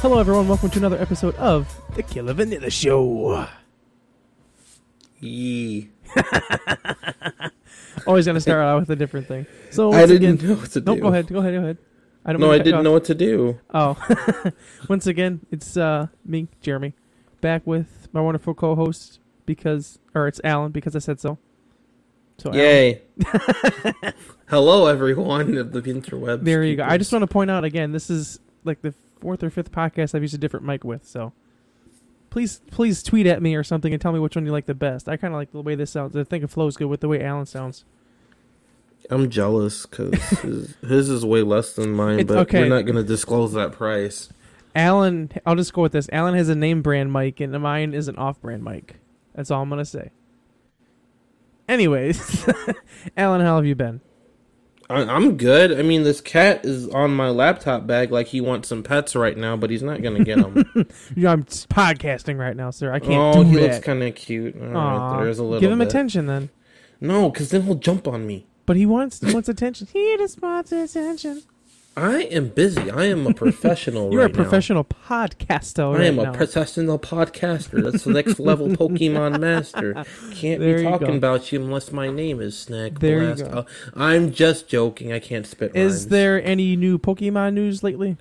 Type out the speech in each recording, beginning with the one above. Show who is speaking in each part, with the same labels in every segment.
Speaker 1: Hello, everyone. Welcome to another episode of The Killer Vanilla Show.
Speaker 2: Yee.
Speaker 1: Always going to start out with a different thing. So
Speaker 2: I
Speaker 1: once
Speaker 2: didn't
Speaker 1: again,
Speaker 2: know what to do.
Speaker 1: no, go ahead. Go ahead. Go ahead. I don't.
Speaker 2: No,
Speaker 1: mean
Speaker 2: I
Speaker 1: to cut you
Speaker 2: didn't
Speaker 1: off.
Speaker 2: know what to do.
Speaker 1: Oh, once again, it's uh, me, Jeremy, back with my wonderful co-host because, or it's Alan because I said so. So Alan,
Speaker 2: Yay. Hello, everyone of the interwebs.
Speaker 1: there you go. I just
Speaker 2: peoples.
Speaker 1: want to point out again, this is like the fourth or fifth podcast I've used a different mic with. So please, please tweet at me or something and tell me which one you like the best. I kind of like the way this sounds. I think it flows good with the way Alan sounds.
Speaker 2: I'm jealous because his, his is way less than mine,
Speaker 1: It's
Speaker 2: but
Speaker 1: okay.
Speaker 2: we're not going to disclose that price.
Speaker 1: Alan, I'll just go with this. Alan has a name brand mic, and mine is an off brand mic. That's all I'm gonna say. Anyways, Alan, how have you been?
Speaker 2: I, I'm good. I mean, this cat is on my laptop bag like he wants some pets right now, but he's not going to get them.
Speaker 1: You know, I'm s- podcasting right now, sir. I can't
Speaker 2: oh,
Speaker 1: do
Speaker 2: he
Speaker 1: that.
Speaker 2: looks kind of cute. All right,
Speaker 1: Aw,
Speaker 2: there is a little
Speaker 1: give him
Speaker 2: bit.
Speaker 1: attention then.
Speaker 2: No, because then he'll jump on me.
Speaker 1: But he wants he wants attention. He just wants attention.
Speaker 2: I am busy. I am a professional
Speaker 1: You're
Speaker 2: right
Speaker 1: a
Speaker 2: now.
Speaker 1: professional podcaster.
Speaker 2: I
Speaker 1: right
Speaker 2: am a
Speaker 1: now.
Speaker 2: professional podcaster. That's the next level Pokemon master. Can't
Speaker 1: There you
Speaker 2: be
Speaker 1: go.
Speaker 2: talking about you unless my name is Snack
Speaker 1: There you
Speaker 2: Blast.
Speaker 1: go.
Speaker 2: Uh, I'm just joking. I can't spit rhymes.
Speaker 1: Is there any new Pokemon news lately?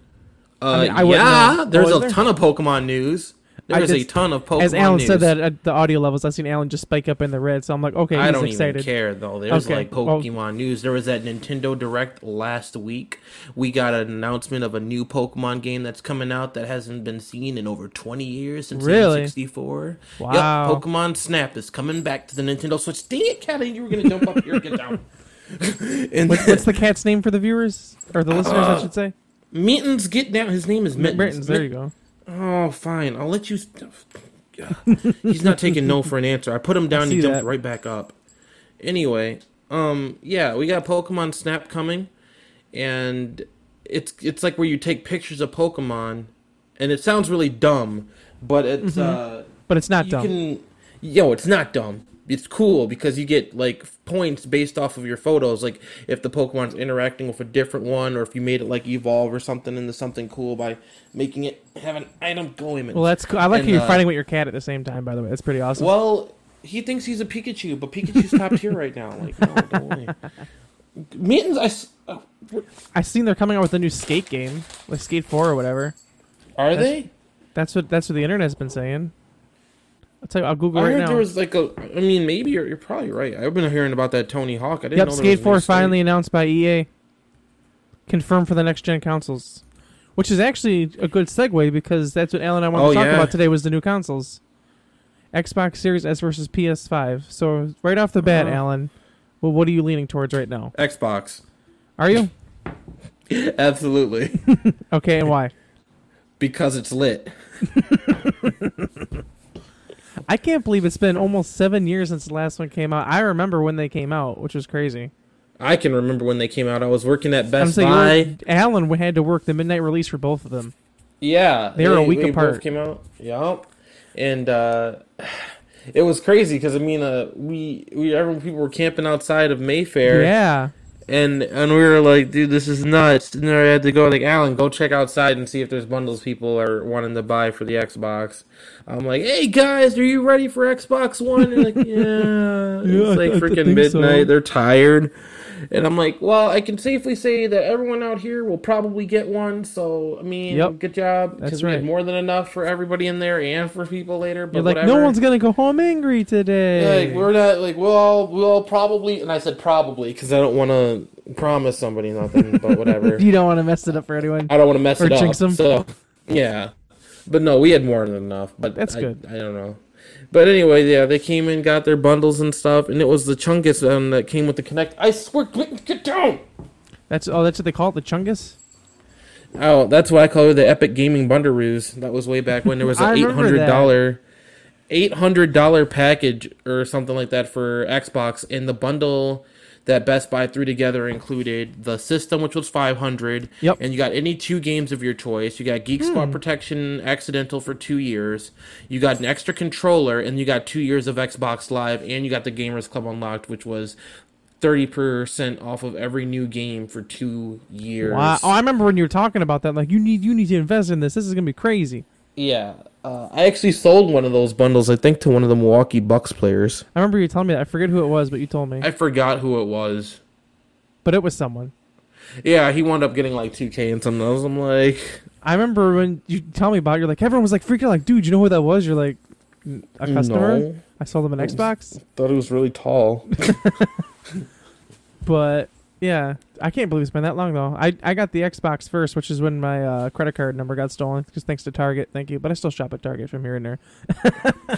Speaker 2: Uh,
Speaker 1: mean, I wouldn't know.
Speaker 2: yeah, there's
Speaker 1: Oh, is
Speaker 2: a
Speaker 1: there?
Speaker 2: ton of Pokemon news.
Speaker 1: I
Speaker 2: There's a
Speaker 1: just-
Speaker 2: ton of Pokemon
Speaker 1: As Alan
Speaker 2: news.
Speaker 1: said that at the audio levels, I've seen Alan just spike up in the red. So I'm like, okay, he's
Speaker 2: I don't
Speaker 1: excited.
Speaker 2: even care though. There's
Speaker 1: Okay,
Speaker 2: like
Speaker 1: well-
Speaker 2: Pokemon news. There was that Nintendo Direct last week. We got an announcement of a new Pokemon game that's coming out that hasn't been seen in over 20 years since
Speaker 1: Really?
Speaker 2: 64.
Speaker 1: Wow.
Speaker 2: Yep, Pokemon Snap is coming back to the Nintendo Switch. Dang it, Cat, you were gonna jump up here and get down. and
Speaker 1: What- What's the cat's name for the viewers or the listeners? I should say.
Speaker 2: Mittens, get down. His name is Uh, Mittens.
Speaker 1: Mittens, there you go.
Speaker 2: Oh, fine. I'll let you. St- He's not taking no for an answer. I put him down.
Speaker 1: see
Speaker 2: He jumped
Speaker 1: that.
Speaker 2: right back up. Anyway, um, yeah, we got Pokemon Snap coming, and it's it's like where you take pictures of Pokemon, and it sounds really dumb, but it's uh,
Speaker 1: But it's not
Speaker 2: you
Speaker 1: dumb.
Speaker 2: can. Yo, it's not dumb. It's cool because you get like points based off of your photos. Like if the Pokemon's interacting with a different one, or if you made it like evolve or something into something cool by making it have an item go in.
Speaker 1: well, that's cool. I like
Speaker 2: And,
Speaker 1: how you're
Speaker 2: uh,
Speaker 1: fighting with your cat at the same time. By the way, that's pretty awesome.
Speaker 2: Well, he thinks he's a Pikachu, but Pikachu's top tier right now. Like, no, don't worry. Mittens, I. s- oh, what-
Speaker 1: I seen they're coming out with a new skate game, like Skate Four or whatever.
Speaker 2: Are
Speaker 1: That's-
Speaker 2: they?
Speaker 1: That's what that's what the internet's been saying. I'll tell you, I'll Google
Speaker 2: I
Speaker 1: right
Speaker 2: heard
Speaker 1: now.
Speaker 2: there was like a. I mean, maybe you're, you're probably right. I've been hearing about that Tony Hawk. I didn't
Speaker 1: yep,
Speaker 2: know there
Speaker 1: Skate
Speaker 2: was a new
Speaker 1: Four
Speaker 2: skate.
Speaker 1: finally announced by EA, confirmed for the next gen consoles, which is actually a good segue because that's what Alan and I wanted
Speaker 2: Oh,
Speaker 1: to talk
Speaker 2: yeah.
Speaker 1: about today was the new consoles, Xbox Series S versus PS5. So right off the bat,
Speaker 2: Uh-huh.
Speaker 1: Alan, well, what are you leaning towards right now?
Speaker 2: Xbox.
Speaker 1: Are you
Speaker 2: Absolutely.
Speaker 1: okay? And why?
Speaker 2: because it's lit.
Speaker 1: I can't believe it's been almost seven years since the last one came out. I remember when they came out, which was crazy.
Speaker 2: I can remember when they came out. I was working at
Speaker 1: I'm
Speaker 2: Best
Speaker 1: saying
Speaker 2: Buy.
Speaker 1: you were- Alan had to work the midnight release for both of them.
Speaker 2: Yeah,
Speaker 1: They were a week apart.
Speaker 2: Both came out. Yep, and uh, it was crazy because I mean, uh, we we everyone people were camping outside of Mayfair.
Speaker 1: Yeah,
Speaker 2: and and we were like, dude, this is nuts. And then I had to go like, Alan, go check outside and see if there's bundles people are wanting to buy for the Xbox. I'm like, hey guys, are you ready for Xbox One? And they're like, yeah.
Speaker 1: Yeah, I
Speaker 2: it's like
Speaker 1: th- I
Speaker 2: freaking
Speaker 1: think so.
Speaker 2: midnight. They're tired. And I'm like, well, I can safely say that everyone out here will probably get one. So I mean,
Speaker 1: Yep.
Speaker 2: good job.
Speaker 1: That's
Speaker 2: Because we
Speaker 1: right.
Speaker 2: had more than enough for everybody in there and for people later. But
Speaker 1: you're like
Speaker 2: whatever.
Speaker 1: no one's gonna go home angry
Speaker 2: Yeah,
Speaker 1: today.
Speaker 2: Like we're not like we'll all we'll all probably and I said probably because I don't want to promise somebody nothing but whatever
Speaker 1: you don't want to mess it up for anyone.
Speaker 2: I don't want to mess
Speaker 1: Or
Speaker 2: it up
Speaker 1: jinx 'em.
Speaker 2: so yeah but no we had more than enough but
Speaker 1: That's
Speaker 2: I,
Speaker 1: good.
Speaker 2: I don't know but anyway yeah they came in got their bundles and stuff and it was the chungus um, that came with the connect I swear get get down
Speaker 1: That's oh, that's what they call it, the Chungus.
Speaker 2: oh that's why I call it the Epic Gaming Bundaroos that was way back when there was
Speaker 1: I
Speaker 2: an eight
Speaker 1: remember
Speaker 2: hundred
Speaker 1: that.
Speaker 2: dollar. eight hundred dollar package or something like that for Xbox, and the bundle that Best Buy threw together included the system, which was five hundred.
Speaker 1: Yep. Hmm.
Speaker 2: And you got any two games of your choice. You got Geek Squad Protection Accidental for two years. You got an extra controller, and you got two years of Xbox Live, and you got the Gamers Club Unlocked, which was thirty percent off of every new game for two years.
Speaker 1: Wow. Oh, I remember when you were talking about that. Like, you need you need to invest in this. This is gonna be crazy.
Speaker 2: Yeah, uh, I actually sold one of those bundles. I think to one of the Milwaukee Bucks players.
Speaker 1: I remember you telling me that. I forget who it was, but you told me.
Speaker 2: I forgot who it was.
Speaker 1: but it was someone.
Speaker 2: Yeah, he wound up getting like two K and something else. I'm like,
Speaker 1: I remember when you tell me about. It, you're like everyone was like freaking out. Like, dude, you know who that was? You're like "Mm, a customer.
Speaker 2: no,
Speaker 1: I saw them on Xbox,
Speaker 2: thought it was really tall.
Speaker 1: but yeah, I can't believe it's been that long though. I I got the Xbox first, which is when my uh, credit card number got stolen. Because thanks to Target, thank you. But I still shop at Target from here and there.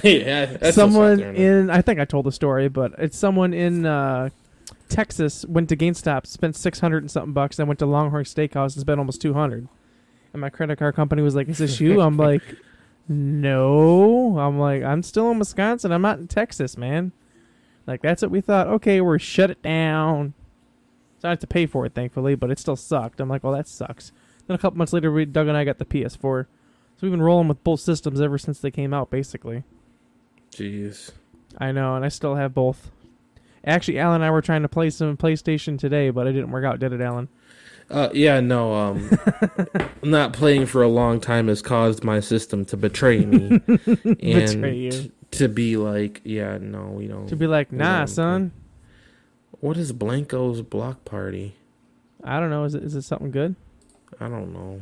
Speaker 2: yeah, that's still
Speaker 1: someone
Speaker 2: something, isn't it?
Speaker 1: in I think I told the story, but it's someone in uh, Texas went to GameStop, spent six hundred and something bucks, then went to Longhorn Steakhouse and spent almost two hundred. And my credit card company was like, "Is this you?" I'm like, "No." I'm like, "I'm still in Wisconsin. I'm not in Texas, man." Like that's what we thought. Okay, we're shut it down. So I had to pay for it, thankfully, but it still sucked. I'm like, "Well, that sucks." Then a couple months later, we Doug and I got the PS4. So we've been rolling with both systems ever since they came out, basically.
Speaker 2: Jeez.
Speaker 1: I know, and I still have both. Actually, Alan and I were trying to play some PlayStation today, but it didn't work out, did it, Alan?
Speaker 2: Uh, yeah, no. Um, not playing for a long time has caused my system to betray me and
Speaker 1: Betray you.
Speaker 2: t- to be like, yeah, no, we don't.
Speaker 1: To be like, nah,
Speaker 2: Yeah,
Speaker 1: son.
Speaker 2: what is Blanco's block party?
Speaker 1: I don't know. Is it, is it something good?
Speaker 2: I don't know.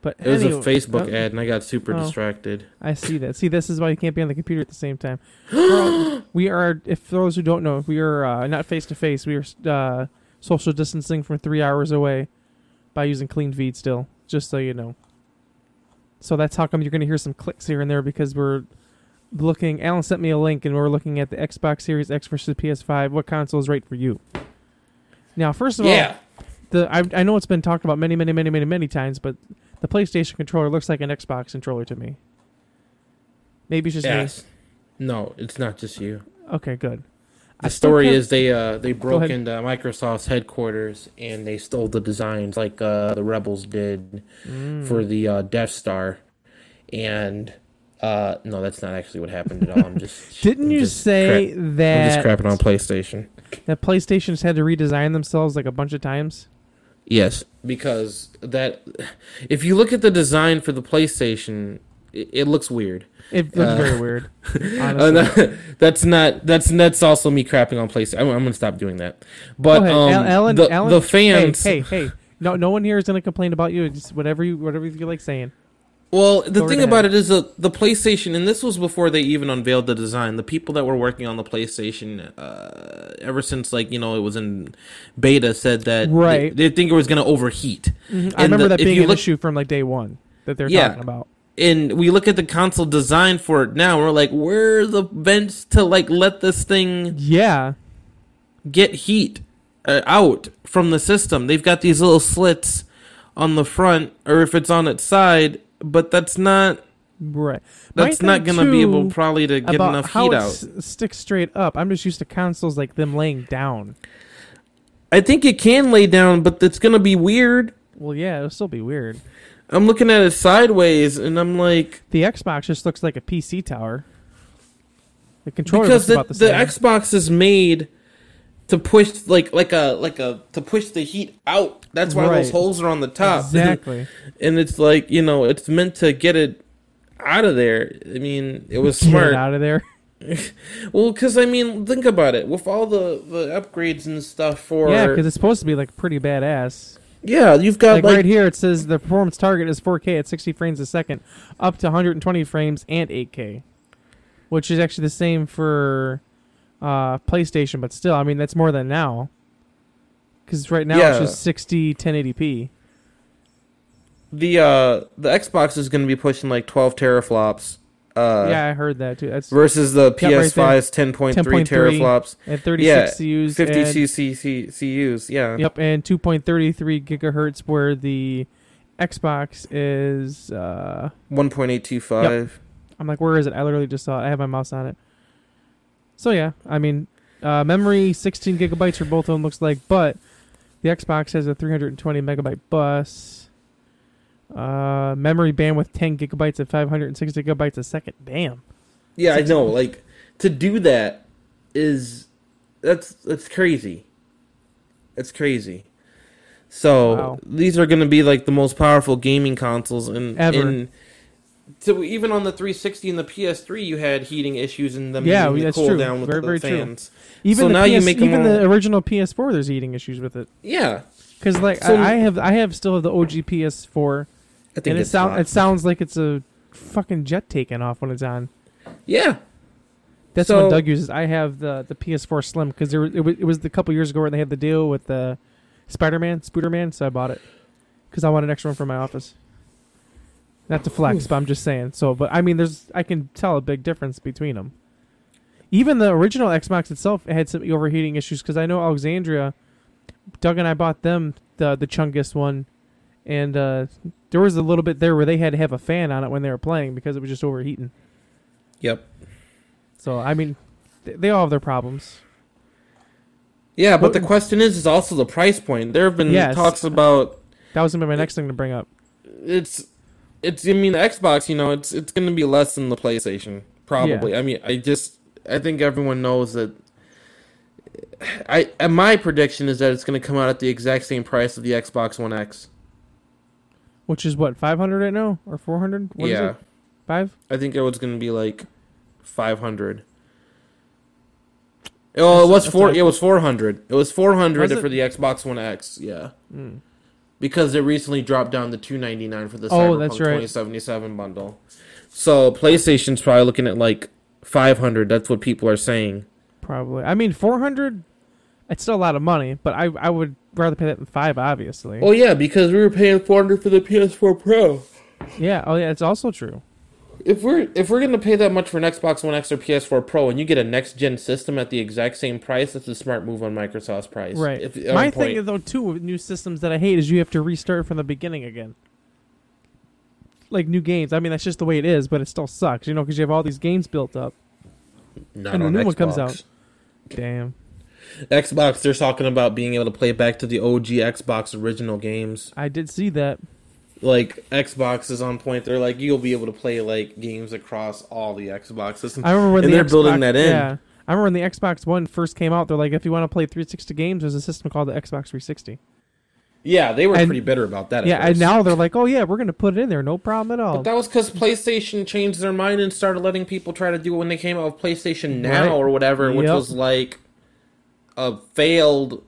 Speaker 1: But
Speaker 2: It was
Speaker 1: anyway-
Speaker 2: a Facebook
Speaker 1: oh,
Speaker 2: ad, and I got super
Speaker 1: Oh.
Speaker 2: distracted.
Speaker 1: I see that. See, this is why you can't be on the computer at the same time. We're all- we are, if for those who don't know, we are uh, not face to face. We are uh, social distancing from three hours away by using clean feed still, just so you know. So that's how come you're going to hear some clicks here and there because we're looking. Alan sent me a link and we're looking at the Xbox Series X versus PS5. What console is right for you? Now, first of all,
Speaker 2: Yeah,
Speaker 1: the I, I know it's been talked about many, many, many, many, many times, but the PlayStation controller looks like an Xbox controller to me. Maybe it's just
Speaker 2: yes. No, it's not just you.
Speaker 1: me. Okay, good.
Speaker 2: The
Speaker 1: still
Speaker 2: story
Speaker 1: can't-
Speaker 2: is they uh they broke
Speaker 1: ahead.
Speaker 2: into Microsoft's headquarters and they stole the designs like uh the rebels did
Speaker 1: Mm. Hmm.
Speaker 2: for the uh, Death Star, and uh no, that's not actually what happened at all. I'm just
Speaker 1: Didn't
Speaker 2: I'm
Speaker 1: you
Speaker 2: just
Speaker 1: say
Speaker 2: crap- I'm just
Speaker 1: that
Speaker 2: crapping on PlayStation?
Speaker 1: that PlayStation's had to redesign themselves like a bunch of times?
Speaker 2: Yes, because that if you look at the design for the PlayStation, it, it looks weird.
Speaker 1: It looks
Speaker 2: Uh,
Speaker 1: very weird.
Speaker 2: Uh,
Speaker 1: Honestly.
Speaker 2: no, that's not that's that's also me crapping on PlayStation. I'm, I'm gonna stop doing that.
Speaker 1: Go
Speaker 2: But
Speaker 1: ahead,
Speaker 2: um,
Speaker 1: Al- Alan,
Speaker 2: the
Speaker 1: Alan,
Speaker 2: the fans.
Speaker 1: Hey, hey, hey. No, no one here is gonna complain about you. Just whatever you, whatever you like saying.
Speaker 2: Well,
Speaker 1: Go
Speaker 2: the
Speaker 1: right
Speaker 2: thing about
Speaker 1: ahead.
Speaker 2: it is the the PlayStation, and this was before they even unveiled the design. The people that were working on the PlayStation, uh, ever since like you know it was in beta, said that
Speaker 1: Right. Mm-hmm.
Speaker 2: they, they think it was going to overheat.
Speaker 1: I
Speaker 2: And
Speaker 1: remember
Speaker 2: the-
Speaker 1: that
Speaker 2: if
Speaker 1: being
Speaker 2: you
Speaker 1: an
Speaker 2: look-
Speaker 1: issue from like day one that they're
Speaker 2: Yeah.
Speaker 1: talking about.
Speaker 2: And we look at the console design for it now, and we're like, where are the vents to like let this thing
Speaker 1: Yeah,
Speaker 2: get heat uh, out from the system? They've got these little slits on the front, or if it's on its side, but that's not
Speaker 1: right. My
Speaker 2: that's
Speaker 1: thing,
Speaker 2: not going to be
Speaker 1: too,
Speaker 2: able probably to get
Speaker 1: about
Speaker 2: enough
Speaker 1: how
Speaker 2: heat
Speaker 1: it
Speaker 2: out.
Speaker 1: s- sticks straight up. I'm just used to consoles like them laying down.
Speaker 2: I think it can lay down, but it's gonna be weird.
Speaker 1: Well, yeah, it'll still be weird.
Speaker 2: I'm looking at it sideways, and I'm like,
Speaker 1: The Xbox just looks like a PC tower. The controller
Speaker 2: because
Speaker 1: looks
Speaker 2: the,
Speaker 1: about the,
Speaker 2: the
Speaker 1: same.
Speaker 2: Xbox is made to push like like a like a to push the heat out. That's why
Speaker 1: Right.
Speaker 2: those holes are on the top.
Speaker 1: exactly.
Speaker 2: and it's like you know, it's meant to get it out of there. I mean, it was
Speaker 1: Get
Speaker 2: smart.
Speaker 1: it out of there.
Speaker 2: Well, because I mean, think about it. With all the the upgrades and stuff for
Speaker 1: yeah, because it's supposed to be like pretty badass.
Speaker 2: yeah, you've got
Speaker 1: Like,
Speaker 2: like,
Speaker 1: right here, it says the performance target is 4K at 60 frames a second, up to 120 frames and 8K, which is actually the same for uh, PlayStation. But still, I mean that's more than now. Because right now
Speaker 2: Yeah.
Speaker 1: it's just 60 1080p.
Speaker 2: the uh the Xbox is going to be pushing like 12 teraflops. Uh,
Speaker 1: yeah, I heard that too. That's
Speaker 2: versus the
Speaker 1: Yeah, right there.
Speaker 2: PS5's 10.3
Speaker 1: 10.3.
Speaker 2: teraflops.
Speaker 1: and
Speaker 2: yeah,
Speaker 1: 36 CUs
Speaker 2: 50
Speaker 1: and,
Speaker 2: CC CUs, yeah.
Speaker 1: Yep, and 2.33 gigahertz where the Xbox is uh
Speaker 2: 1.825.
Speaker 1: I'm like where is it? I literally just saw it. I have my mouse on it. So yeah, I mean uh, memory 16 gigabytes for both of them looks like, but the Xbox has a 320 megabyte bus. Uh, memory bandwidth 10 gigabytes at 560 gigabytes a second. Damn.
Speaker 2: Yeah, I know. Like to do that is that's that's crazy. It's crazy. So
Speaker 1: Wow.
Speaker 2: these are going to be like the most powerful gaming consoles in
Speaker 1: Ever.
Speaker 2: in- so even on the 360 and the PS3, you had heating issues and them
Speaker 1: Yeah,
Speaker 2: needing to
Speaker 1: that's
Speaker 2: cool
Speaker 1: true.
Speaker 2: down with
Speaker 1: Very,
Speaker 2: the
Speaker 1: very true.
Speaker 2: fans.
Speaker 1: Even
Speaker 2: So
Speaker 1: the
Speaker 2: now
Speaker 1: PS,
Speaker 2: you make 'em
Speaker 1: even the
Speaker 2: all-
Speaker 1: original PS4, there's eating issues with it.
Speaker 2: Yeah,
Speaker 1: Because like
Speaker 2: So-
Speaker 1: I, I have, I have still have the OG PS4,
Speaker 2: I think
Speaker 1: and it
Speaker 2: it's
Speaker 1: sounds
Speaker 2: hot.
Speaker 1: it sounds like it's a fucking jet taking off when it's on.
Speaker 2: yeah,
Speaker 1: That's what
Speaker 2: So-
Speaker 1: Doug uses. I have the the PS4 Slim because there were- it was, it was the couple years ago where they had the deal with the Spider Man, Spooder Man, so I bought it because I wanted an extra one for my office. Not to flex, but I'm just saying. So, but I mean, there's I can tell a big difference between them. Even the original Xbox itself had some overheating issues because I know Alexandria, Doug and I bought them the the Chungus one, and uh, there was a little bit there where they had to have a fan on it when they were playing because it was just overheating.
Speaker 2: yep,
Speaker 1: So I mean, th- they all have their problems.
Speaker 2: yeah. But
Speaker 1: What-
Speaker 2: the question is, is also the price point. There have been
Speaker 1: Yes.
Speaker 2: talks about
Speaker 1: That was gonna be my next thing to bring up.
Speaker 2: it's it's I mean the Xbox, you know, it's it's gonna be less than the PlayStation, probably. I mean I just I think everyone knows that I and my prediction is that it's gonna come out at the exact same price of the Xbox One X.
Speaker 1: Which is what five hundred right now or four hundred?
Speaker 2: yeah.
Speaker 1: five.
Speaker 2: I think it was gonna be like five hundred. Oh, it was
Speaker 1: That's-
Speaker 2: four.
Speaker 1: that's-
Speaker 2: It was four hundred. It was four hundred
Speaker 1: Was it? Hmm.
Speaker 2: for the Xbox One X. Yeah, because it recently dropped down to two ninety nine for the
Speaker 1: Oh,
Speaker 2: Cyberpunk
Speaker 1: that's right.
Speaker 2: twenty seventy seven bundle. So PlayStation's probably looking at like five hundred. That's what people are saying.
Speaker 1: Probably. I mean, four hundred. It's still a lot of money, but I I would rather pay that than five, obviously.
Speaker 2: Oh yeah, because we were paying four hundred for the PS four Pro.
Speaker 1: Yeah. Oh yeah, it's also true.
Speaker 2: If we're if we're gonna pay that much for an Xbox One X or PS4 Pro, and you get a next gen system at the exact same price, that's a smart move on Microsoft's price.
Speaker 1: Right.
Speaker 2: If- uh, on
Speaker 1: my
Speaker 2: point.
Speaker 1: thing though too with new systems that I hate is you have to restart from the beginning again. Like new games. I mean, that's just the way it is, but it still sucks, you know, because you have all these games built up.
Speaker 2: Not
Speaker 1: and the
Speaker 2: on
Speaker 1: new
Speaker 2: Xbox.
Speaker 1: one comes out. Damn.
Speaker 2: Xbox, they're talking about being able to play back to the OG Xbox original games.
Speaker 1: I did see that.
Speaker 2: Like Xbox is on point. They're like, you'll be able to play like games across all the Xbox systems.
Speaker 1: I remember when
Speaker 2: and
Speaker 1: the
Speaker 2: they're
Speaker 1: Xbox,
Speaker 2: building that in.
Speaker 1: Yeah, I remember when the Xbox One first came out. They're like, if you want to play 360 games, there's a system called the Xbox 360.
Speaker 2: Yeah, they were
Speaker 1: And-
Speaker 2: pretty bitter about that. at
Speaker 1: yeah, and
Speaker 2: first.
Speaker 1: now they're like, oh yeah, we're gonna put it in there, no problem at all.
Speaker 2: But that was because PlayStation changed their mind and started letting people try to do it when they came out with PlayStation Now
Speaker 1: Right.
Speaker 2: or whatever, which
Speaker 1: Yep.
Speaker 2: was like a failed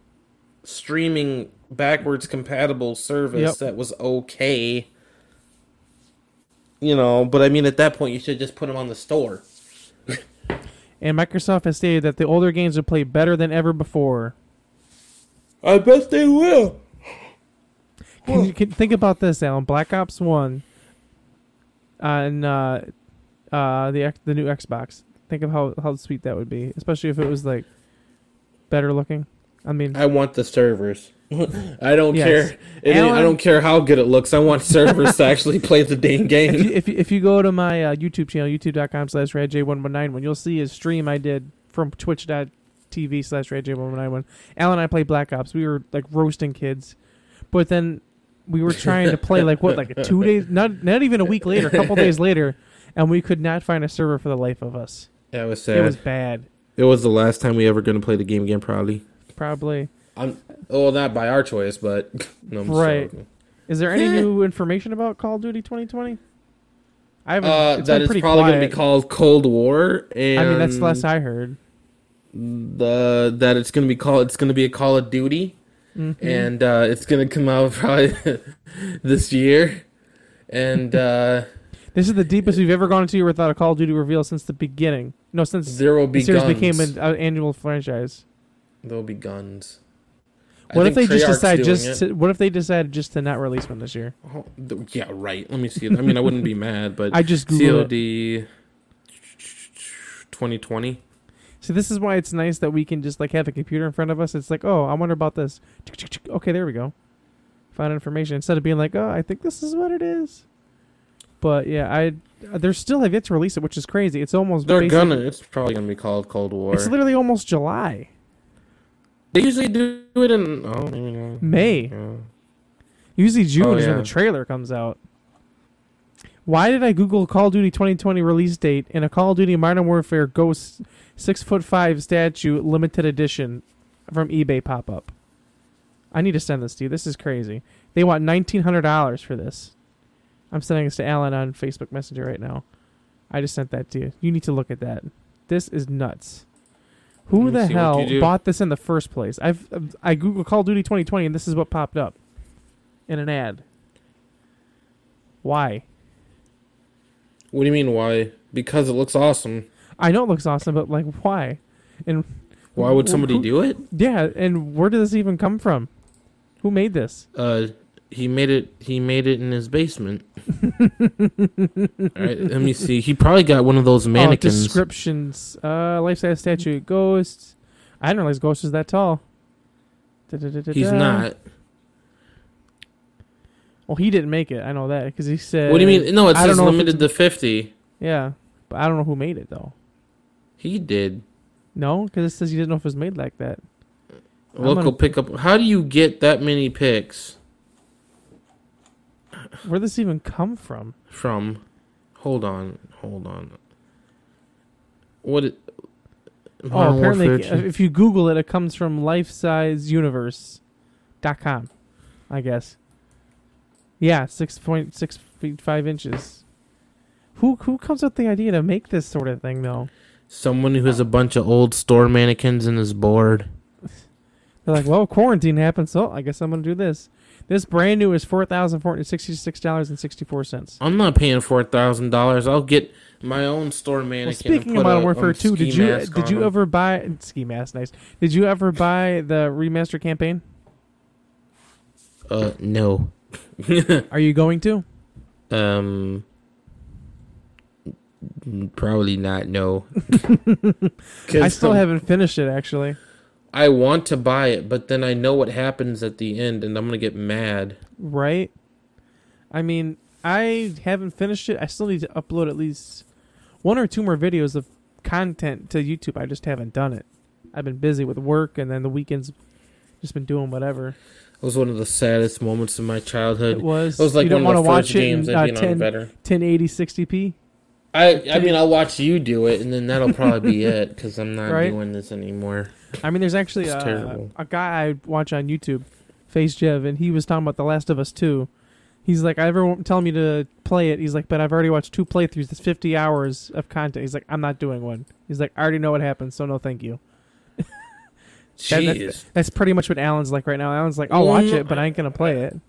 Speaker 2: streaming backwards compatible service
Speaker 1: Yep.
Speaker 2: that was okay. You know, but I mean, at that point, you should just put them on the store.
Speaker 1: and Microsoft has stated that the older games will play better than ever before.
Speaker 2: I bet they will.
Speaker 1: Can you can, think about this, Alan? Black Ops One on uh, uh, the X- the new Xbox. Think of how how sweet that would be, especially if it was like better looking. I mean,
Speaker 2: I want the servers. I don't
Speaker 1: Yes.
Speaker 2: care. It ain't- I
Speaker 1: Alan-
Speaker 2: don't care how good it looks. I want servers to actually play the
Speaker 1: if
Speaker 2: dang
Speaker 1: you,
Speaker 2: game.
Speaker 1: if you, if you go to my uh, YouTube channel, youtube.com slash radj1191, you'll see a stream I did from twitch.tv slash radj1191. Alan and I played Black Ops. We were like roasting kids. But then we were trying to play like what, like two days, not, not even a week later, a couple days later, and we could not find a server for the life of us.
Speaker 2: That was
Speaker 1: It
Speaker 2: sad.
Speaker 1: was bad,
Speaker 2: It was the last time we ever going to play the game again, probably.
Speaker 1: probably.
Speaker 2: I'm well, not by our choice, but no, I'm just
Speaker 1: Right.
Speaker 2: joking.
Speaker 1: Is there any
Speaker 2: Eh.
Speaker 1: new information about Call of Duty 2020? I haven't.
Speaker 2: Uh,
Speaker 1: it's
Speaker 2: that
Speaker 1: been
Speaker 2: is
Speaker 1: pretty
Speaker 2: probably going to
Speaker 1: quiet.
Speaker 2: be called Cold War, and
Speaker 1: I mean, that's the last I heard.
Speaker 2: the that it's going to be called it's going to be a Call of Duty,
Speaker 1: Mm-hmm.
Speaker 2: and uh, it's going to come out probably this year, and uh,
Speaker 1: This is the deepest we've ever gone into without a Call of Duty reveal since the beginning. No, since
Speaker 2: there will
Speaker 1: the
Speaker 2: be
Speaker 1: series
Speaker 2: guns.
Speaker 1: became an uh, annual franchise.
Speaker 2: there will be guns. I
Speaker 1: What if they
Speaker 2: think
Speaker 1: just
Speaker 2: Treyarch's
Speaker 1: decide
Speaker 2: doing
Speaker 1: just
Speaker 2: it.
Speaker 1: to, what if they decided just to not release one this year?
Speaker 2: Oh, th- yeah, right. Let me see. it. I mean, I wouldn't be mad, but
Speaker 1: I just Googled it.
Speaker 2: COD 2020.
Speaker 1: See, this is why it's nice that we can just like have a computer in front of us. It's like, oh, I wonder about this. Okay, there we go. Found information instead of being like, oh, I think this is what it is. But yeah, I uh, they're still have yet to release it, which is crazy. It's almost
Speaker 2: They're
Speaker 1: basic-
Speaker 2: gonna. It's probably gonna be called Cold War.
Speaker 1: It's literally almost July,
Speaker 2: They usually do it in oh, maybe not.
Speaker 1: May.
Speaker 2: Yeah.
Speaker 1: Usually June
Speaker 2: Oh,
Speaker 1: is when
Speaker 2: yeah.
Speaker 1: the trailer comes out. Why did I Google Call of Duty 2020 release date and a Call of Duty Modern Warfare Ghost six foot five statue limited edition from eBay pop up? I need to send this to you. This is crazy. They want nineteen hundred dollars for this. I'm sending this to Alan on Facebook Messenger right now. I just sent that to you. You need to look at that. This is nuts.
Speaker 2: Let
Speaker 1: Who
Speaker 2: me
Speaker 1: the
Speaker 2: see what you
Speaker 1: hell
Speaker 2: do.
Speaker 1: bought this in the first place? I've I Googled Call of Duty 2020 and this is what popped up in an ad. Why?
Speaker 2: What do you mean why? Because it looks awesome.
Speaker 1: I know it looks awesome, but like why? And
Speaker 2: Why would somebody
Speaker 1: who-
Speaker 2: do it?
Speaker 1: Yeah, and where did this even come from? Who made this?
Speaker 2: Uh, he made it. He made it in his basement. All right, let me see. He probably got one of those
Speaker 1: Oh,
Speaker 2: mannequins.
Speaker 1: descriptions. Uh, life-size statue. Ghost. I didn't realize Ghost was that tall. Da-da-da-da-da.
Speaker 2: He's not.
Speaker 1: Well, he didn't make it. I know that because he said.
Speaker 2: What do you mean? No, it
Speaker 1: Uh, I don't
Speaker 2: says
Speaker 1: know if
Speaker 2: limited to fifty.
Speaker 1: Yeah, but I don't know who made it though.
Speaker 2: He did.
Speaker 1: No, because it says he didn't know if it was made like that. I'm
Speaker 2: Local
Speaker 1: gonna-
Speaker 2: pickup. How do you get that many picks
Speaker 1: Where would this even come from?
Speaker 2: from? Hold on. Hold on. What? It,
Speaker 1: oh, apparently, if you Google it, it comes from lifesizeuniverse.com, I guess. Yeah, six point six feet five inches. Who who comes up with the idea to make this sort of thing though?
Speaker 2: Someone who has a bunch of old store mannequins and is bored.
Speaker 1: They're like, well, quarantine happened, so I guess I'm gonna do this. This brand new is four thousand four hundred sixty-six dollars and sixty-four cents.
Speaker 2: I'm not paying four thousand dollars. I'll get my own store mannequin.
Speaker 1: Well,
Speaker 2: and
Speaker 1: speaking
Speaker 2: put
Speaker 1: of Modern
Speaker 2: a-
Speaker 1: Warfare
Speaker 2: a
Speaker 1: Two, did
Speaker 2: ski
Speaker 1: you uh,
Speaker 2: mask
Speaker 1: did
Speaker 2: on
Speaker 1: you
Speaker 2: them.
Speaker 1: ever buy ski mask? Nice. Did you ever buy the remaster campaign?
Speaker 2: Uh, no.
Speaker 1: Are you going to?
Speaker 2: um, n- probably not. No. 'Cause
Speaker 1: I still
Speaker 2: I'm-
Speaker 1: haven't finished it actually.
Speaker 2: I want to buy it, but then I know what happens at the end, and I'm gonna get mad.
Speaker 1: Right? I mean, I haven't finished it. I still need to upload at least one or two more videos of content to YouTube. I just haven't done it. I've been busy with work and then the weekends just been doing whatever.
Speaker 2: It was one of the saddest moments of my childhood.
Speaker 1: It
Speaker 2: It
Speaker 1: was,
Speaker 2: was like
Speaker 1: you don't
Speaker 2: one
Speaker 1: want to
Speaker 2: of the first
Speaker 1: watch it
Speaker 2: games
Speaker 1: in
Speaker 2: I
Speaker 1: uh,
Speaker 2: being on
Speaker 1: 10,
Speaker 2: better.
Speaker 1: 1080 60p.
Speaker 2: I I mean I'll watch you do it, and then that'll probably be it because I'm not
Speaker 1: Right?
Speaker 2: doing this anymore.
Speaker 1: I mean, there's actually
Speaker 2: It's
Speaker 1: a,
Speaker 2: terrible.
Speaker 1: a guy I watch on YouTube, Face Jev, and he was talking about The Last of Us 2. He's like, everyone telling me to play it. He's like, but I've already watched two playthroughs. That's 50 hours of content. He's like, I'm not doing one. He's like, I already know what happens, so no thank you. That- that-
Speaker 2: Jeez.
Speaker 1: That's pretty much what Alan's like right now. Alan's like, I'll watch it, but I ain't going to play it.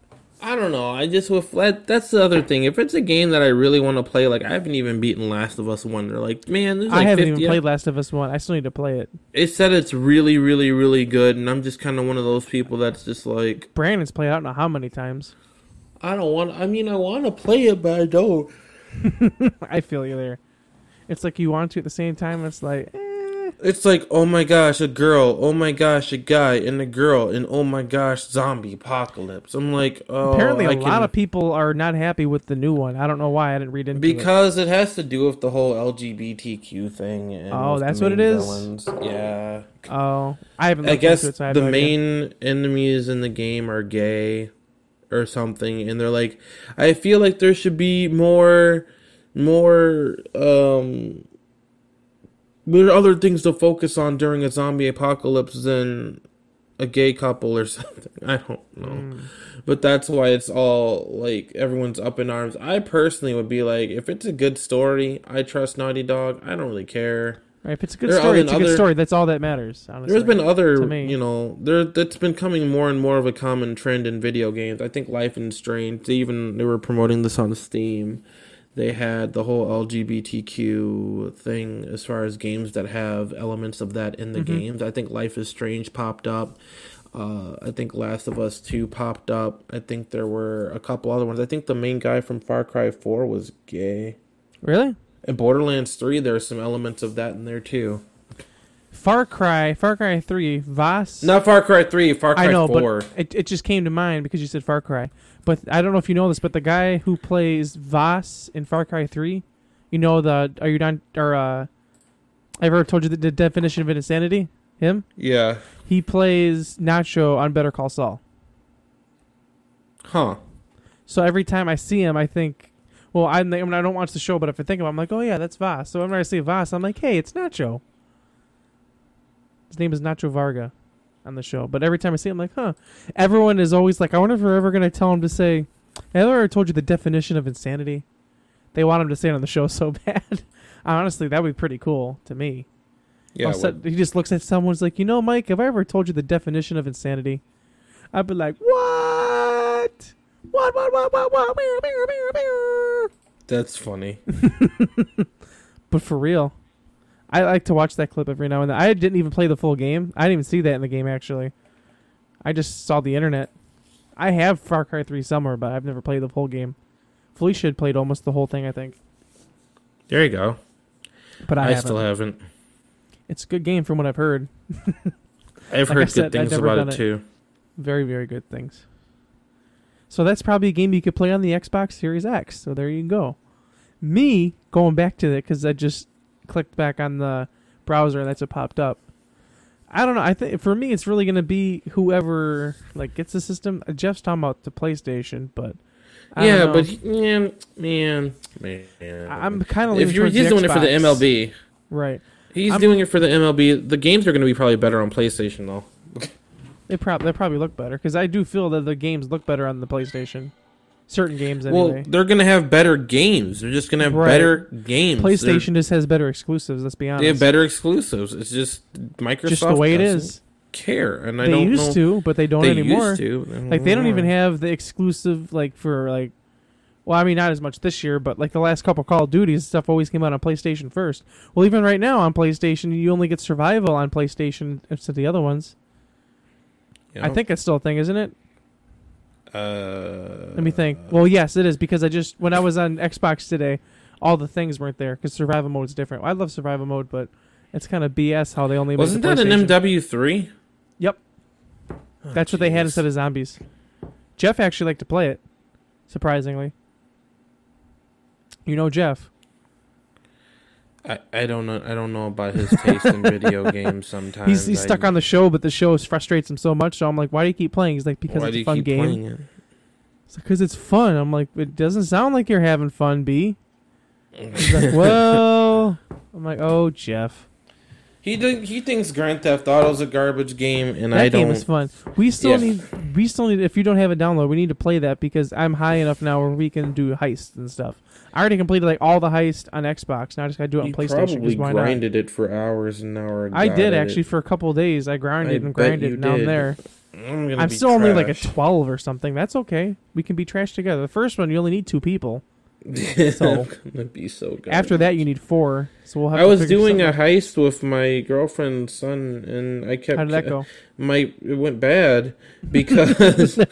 Speaker 2: I don't know. I just with that, that's the other thing. If it's a game that I really want to play, like I haven't even beaten Last of Us One. They're like, man, there's like
Speaker 1: I haven't
Speaker 2: 50
Speaker 1: even played Last of Us 1. I still need to play it.
Speaker 2: It said it's really, really, really good, and I'm just kind of one of those people that's just like,
Speaker 1: Brandon's played it, I don't know how many times.
Speaker 2: I don't want. I mean, I want to play it, but I don't.
Speaker 1: I feel you there. It's like you want to at the same time. It's like, eh.
Speaker 2: It's like, oh my gosh, a girl. Oh my gosh, a guy and a girl, and oh my gosh, zombie apocalypse. I'm like, oh,
Speaker 1: apparently a
Speaker 2: I
Speaker 1: lot
Speaker 2: can-
Speaker 1: of people are not happy with the new one. I don't know why I didn't read into it.
Speaker 2: Because it has to do with the whole LGBTQ thing. And
Speaker 1: Oh,
Speaker 2: with the
Speaker 1: that's what
Speaker 2: main
Speaker 1: it is?
Speaker 2: villains. Yeah.
Speaker 1: Oh, I haven't.
Speaker 2: I
Speaker 1: looked
Speaker 2: guess
Speaker 1: into it, so I have
Speaker 2: the
Speaker 1: no idea.
Speaker 2: main enemies in the game are gay or something, and they're like, I feel like there should be more, more, um, there are other things to focus on during a zombie apocalypse than a gay couple or something. I don't know. But that's why it's all like everyone's up in arms. I personally would be like, if it's a good story, I trust Naughty Dog. I don't really care.
Speaker 1: Right, if it's a good
Speaker 2: there are
Speaker 1: story, it's a
Speaker 2: other-
Speaker 1: good story. That's all that matters. Honestly,
Speaker 2: There's been
Speaker 1: to
Speaker 2: other,
Speaker 1: me.
Speaker 2: you know, there that's been coming more and more of a common trend in video games. I think Life and Strange, they even they were promoting this on Steam. They had the whole LGBTQ thing as far as games that have elements of that in the
Speaker 1: Mm-hmm.
Speaker 2: games. I think Life is Strange popped up. Uh, I think Last of Us 2 popped up. I think there were a couple other ones. I think the main guy from Far Cry 4 was gay.
Speaker 1: really
Speaker 2: In Borderlands 3, there are some elements of that in there too.
Speaker 1: Far Cry, Far Cry Three, Voss.
Speaker 2: Not Far Cry 3, Far Cry
Speaker 1: I know,
Speaker 2: 4.
Speaker 1: but it, it just came to mind because you said Far Cry. But I don't know if you know this, but the guy who plays Voss in Far Cry Three, you know the are you not or uh, I ever told you the, the definition of insanity? Him,
Speaker 2: Yeah.
Speaker 1: he plays Nacho on Better Call Saul.
Speaker 2: Huh.
Speaker 1: So every time I see him, I think, Well, I, I mean, I don't watch the show, but if I think about, it, I'm like, oh yeah, that's Voss. So whenever I see Voss, I'm like, hey, it's Nacho. His name is Nacho Varga, on the show. But every time I see him, I'm like, huh. Everyone is always like, I wonder if we're ever gonna tell him to say. Have I ever told you the definition of insanity? They want him to say it on the show so bad. Honestly, that would be pretty cool to me.
Speaker 2: Yeah,
Speaker 1: All
Speaker 2: it
Speaker 1: of a sudden,
Speaker 2: would.
Speaker 1: he just looks at someone's like, you know, Mike, have I ever told you the definition of insanity? I'd be like, what? What? What? What? What? What? Meow, meow, meow, meow."
Speaker 2: that's funny.
Speaker 1: But for real, I like to watch that clip every now and then. I didn't even play the full game. I didn't even see that in the game actually. I just saw the internet. I have Far Cry 3 somewhere, but I've never played the full game. Felicia had played almost the whole thing, I think,
Speaker 2: There you go.
Speaker 1: but I,
Speaker 2: I,
Speaker 1: haven't.
Speaker 2: still haven't.
Speaker 1: It's a good game from what I've heard.
Speaker 2: I've
Speaker 1: Like I
Speaker 2: heard good
Speaker 1: said, I've
Speaker 2: things
Speaker 1: never
Speaker 2: about
Speaker 1: done
Speaker 2: it
Speaker 1: it.
Speaker 2: too.
Speaker 1: Very, very good things. So that's probably a game you could play on the Xbox Series X. So there you go. Me going back to it because I just clicked back on the browser and that's what popped up. I don't know. I think for me, it's really going to be whoever like gets the system. Uh, Jeff's talking about the PlayStation, but I
Speaker 2: Yeah,
Speaker 1: don't know.
Speaker 2: but he- man, man, man.
Speaker 1: I- I'm kind of
Speaker 2: if you're he's doing it for the MLB,
Speaker 1: right?
Speaker 2: he's
Speaker 1: I'm-
Speaker 2: doing it for the MLB. The games are going to be probably better on PlayStation though.
Speaker 1: They probably they probably look better because I do feel that the games look better on the PlayStation. Certain games anyway.
Speaker 2: Well, they're going to have better games. They're just going to have
Speaker 1: Right.
Speaker 2: better games. They're-
Speaker 1: PlayStation just has better exclusives. Let's be honest.
Speaker 2: They have better exclusives. It's just Microsoft
Speaker 1: just the way it
Speaker 2: doesn't
Speaker 1: is.
Speaker 2: Care and I
Speaker 1: they
Speaker 2: don't
Speaker 1: used
Speaker 2: know.
Speaker 1: to, but they don't
Speaker 2: they
Speaker 1: anymore.
Speaker 2: used to. Mm. but
Speaker 1: Like they don't even
Speaker 2: anymore.
Speaker 1: have the exclusive like for like. Well, I mean, not as much this year, but like the last couple Call of Duties stuff always came out on PlayStation first. Well, even right now on PlayStation, you only get Survival on PlayStation instead of the other ones.
Speaker 2: You
Speaker 1: I
Speaker 2: know?
Speaker 1: think that's still a thing, isn't it?
Speaker 2: Uh,
Speaker 1: Let me think. Well, yes, it is because I just when I was on Xbox today, all the things weren't there because Survival mode is different. I love Survival mode, but it's kind of BS how they only make
Speaker 2: wasn't
Speaker 1: the
Speaker 2: that an
Speaker 1: PlayStation.
Speaker 2: MW three? Oh,
Speaker 1: Yep. That's what they had instead of zombies. Jeff actually liked to play it, surprisingly. You know Jeff.
Speaker 2: I, I don't know. I don't know about his taste in video games. Sometimes
Speaker 1: He's, he's stuck on the show, but the show is- frustrates him so much. So I'm like, why do you keep playing? He's like, because it's a fun game. Because it's fun. I'm like, it doesn't sound like you're having fun, B. He's like, well, I'm like, oh, Jeff.
Speaker 2: He think- he thinks Grand Theft Auto is a garbage game, and
Speaker 1: that
Speaker 2: I
Speaker 1: game
Speaker 2: don't.
Speaker 1: is fun. We still
Speaker 2: Yeah.
Speaker 1: need, we still need. If you don't have a download, we need to play that because I'm high enough now where we can do heists and stuff. I already completed like all the heist on Xbox. Now I just gotta do it on
Speaker 2: He
Speaker 1: PlayStation. 'cause
Speaker 2: probably
Speaker 1: Why not?
Speaker 2: grinded it for hours and hours.
Speaker 1: I did actually for a couple of days. I grinded
Speaker 2: I
Speaker 1: and
Speaker 2: bet
Speaker 1: grinded.
Speaker 2: you
Speaker 1: and Now I'm
Speaker 2: did.
Speaker 1: there.
Speaker 2: I'm, gonna
Speaker 1: I'm
Speaker 2: be
Speaker 1: still only like a
Speaker 2: trash.
Speaker 1: 12 or something. That's okay. We can be trash together. The first one you only need two people. so.
Speaker 2: I'm gonna be so good.
Speaker 1: After that you need four. So we'll have.
Speaker 2: I
Speaker 1: to
Speaker 2: was
Speaker 1: figure
Speaker 2: doing a
Speaker 1: something-
Speaker 2: heist with my girlfriend's son, and I kept.
Speaker 1: How did that go?
Speaker 2: my it went bad because I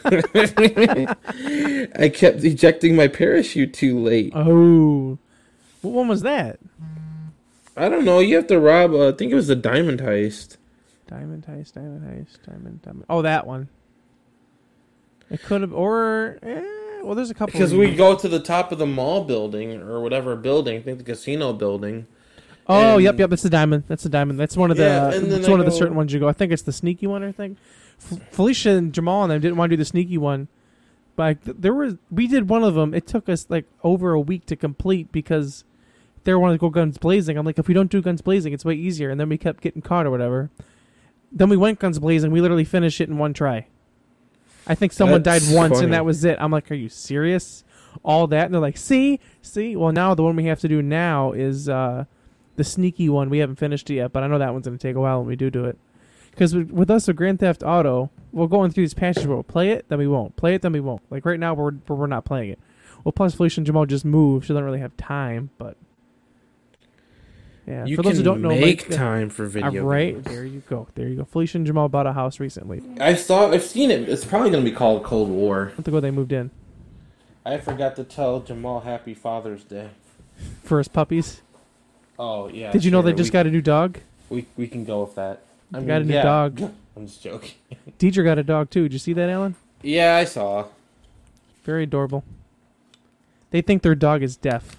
Speaker 2: kept ejecting my parachute too late.
Speaker 1: Oh, what one was that?
Speaker 2: I don't know. You have to rob. Uh, I think it was the diamond heist.
Speaker 1: Diamond heist, diamond heist, diamond, diamond. Oh, that one. It could have, or eh, well, there's a couple.
Speaker 2: Because
Speaker 1: of
Speaker 2: we
Speaker 1: them.
Speaker 2: go to the top of the mall building or whatever building, I think the casino building.
Speaker 1: oh,
Speaker 2: and-
Speaker 1: yep, yep. That's the diamond. That's the diamond. That's one of the.
Speaker 2: Yeah, and then
Speaker 1: that's
Speaker 2: I
Speaker 1: one of the
Speaker 2: go-
Speaker 1: certain ones you go. I think it's the sneaky one. I think F- Felicia and Jamal and them didn't want to do the sneaky one, but th- there was we did one of them. It took us like over a week to complete because they wanted to go guns blazing. I'm like, if we don't do guns blazing, it's way easier. And then we kept getting caught or whatever. Then we went guns blazing. We literally finished it in one try. I think someone
Speaker 2: That's
Speaker 1: died once
Speaker 2: funny.
Speaker 1: and that was it. I'm like, are you serious? All that and they're like, see, see. Well, now the one we have to do now is uh, the sneaky one. We haven't finished it yet, but I know that one's gonna take a while when we do do it. Because with, with us with Grand Theft Auto, we're going through these patches where we'll play it, then we won't. Play it, then we won't. Like right now, we're we're not playing it. Well, plus Felicia and Jamal just moved, so they don't really have time. But yeah,
Speaker 2: you
Speaker 1: for
Speaker 2: can
Speaker 1: those who don't know,
Speaker 2: make
Speaker 1: like,
Speaker 2: time for
Speaker 1: uh,
Speaker 2: video.
Speaker 1: right
Speaker 2: games.
Speaker 1: there, you go. There you go. Felicia and Jamal bought a house recently.
Speaker 2: I saw. I've seen it. It's probably going to be called Cold War.
Speaker 1: Month ago, they moved in.
Speaker 2: I forgot to tell Jamal Happy Father's Day.
Speaker 1: for his puppies.
Speaker 2: Oh yeah.
Speaker 1: Did you know
Speaker 2: sure,
Speaker 1: they just
Speaker 2: we,
Speaker 1: got a new dog?
Speaker 2: We we can go with that. I
Speaker 1: They got a new dog.
Speaker 2: I'm just joking.
Speaker 1: Deidre got a dog too. Did you see that, Alan?
Speaker 2: Yeah, I saw.
Speaker 1: Very adorable. They think their dog is deaf.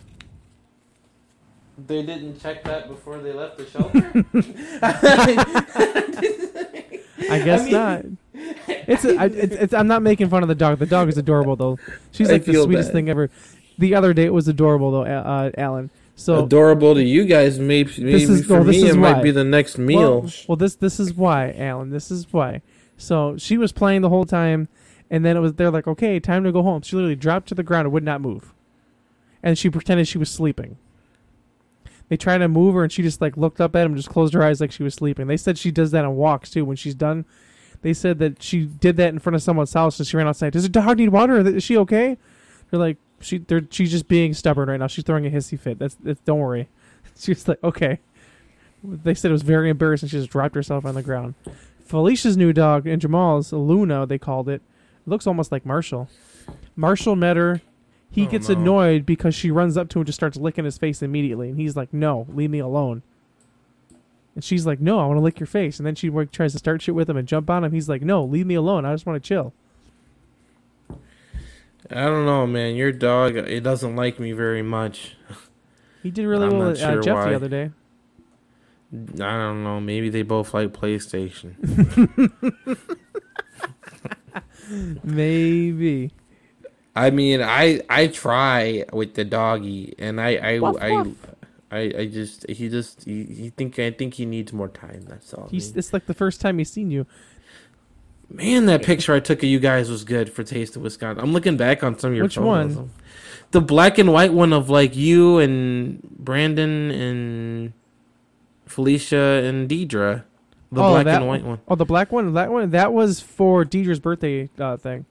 Speaker 2: They didn't check that before they left the shelter.
Speaker 1: I guess
Speaker 2: mean-
Speaker 1: not. It's, a, I, it's, it's I'm not making fun of the dog. The dog is adorable though. She's
Speaker 2: I
Speaker 1: like the
Speaker 2: feel
Speaker 1: sweetest
Speaker 2: bad.
Speaker 1: thing ever. the other day it was adorable though, uh, Alan. So
Speaker 2: Adorable to you guys, maybe, maybe
Speaker 1: is-
Speaker 2: for
Speaker 1: well, this
Speaker 2: me
Speaker 1: is
Speaker 2: it
Speaker 1: why.
Speaker 2: might be the next meal.
Speaker 1: Well, well, this this is why, Alan. This is why. So she was playing the whole time, and then it was they're like, okay, time to go home. She literally dropped to the ground and would not move, and she pretended she was sleeping. They tried to move her, and she just like looked up at him, just closed her eyes like she was sleeping. They said she does that on walks too. When she's done, they said that she did that in front of someone's house, and she ran outside. Does the dog need water? Is she okay? They're like, she, they're, she's just being stubborn right now. She's throwing a hissy fit. That's, that's don't worry. She was like, okay. They said it was very embarrassing. She just dropped herself on the ground. Felicia's new dog and Jamal's Luna, they called it. Looks almost like Marshall. Marshall met her. He
Speaker 2: Oh,
Speaker 1: gets
Speaker 2: no.
Speaker 1: annoyed because she runs up to him and just starts licking his face immediately. And he's like, no, leave me alone. And she's like, no, I want to lick your face. And then she like, tries to start shit with him and jump on him. He's like, no, leave me alone. I just want to chill.
Speaker 2: I don't know, man. Your dog it doesn't like me very much.
Speaker 1: He did really
Speaker 2: I'm
Speaker 1: well
Speaker 2: not
Speaker 1: with uh,
Speaker 2: sure
Speaker 1: Jeff
Speaker 2: why.
Speaker 1: the other day.
Speaker 2: I don't know. Maybe they both like PlayStation.
Speaker 1: Maybe.
Speaker 2: I mean, I I try with the doggy, and I I
Speaker 1: Woof,
Speaker 2: I,
Speaker 1: woof.
Speaker 2: I, I just he just he, he think I think he needs more time. That's all. I
Speaker 1: He's,
Speaker 2: mean.
Speaker 1: it's like the first time he's seen you.
Speaker 2: Man, that picture I took of you guys was good for Taste of Wisconsin. I'm looking back on some of your
Speaker 1: Which
Speaker 2: photos.
Speaker 1: one?
Speaker 2: The black and white one of like you and Brandon and Felicia and Deidre. The
Speaker 1: Oh,
Speaker 2: black
Speaker 1: that
Speaker 2: and white one.
Speaker 1: Oh, the black one, that one, that was for Deidre's birthday uh, thing.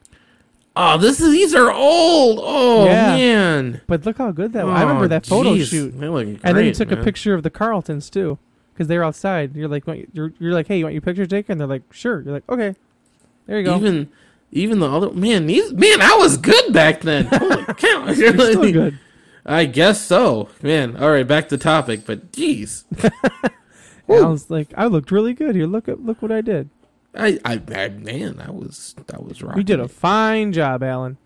Speaker 2: Oh, this is these are old. Oh
Speaker 1: Yeah.
Speaker 2: man.
Speaker 1: But look how good that was. I remember
Speaker 2: Oh,
Speaker 1: that photo
Speaker 2: jeez.
Speaker 1: shoot.
Speaker 2: They look
Speaker 1: And then you
Speaker 2: great,
Speaker 1: took a
Speaker 2: man.
Speaker 1: picture of the Carltons too, because they were outside. You're like, want- you're, you're like, hey, you want your picture taken? And they're like, sure. You're like, okay, there you go.
Speaker 2: Even even the other man, these man, I was good back then. Holy cow.
Speaker 1: You're still good.
Speaker 2: I guess so. Man, all right, back to topic, but jeez.
Speaker 1: And I was like, I looked really good here. Look at look what I did.
Speaker 2: I, I, I man, I was I was wrong.
Speaker 1: You did a fine job, Alan.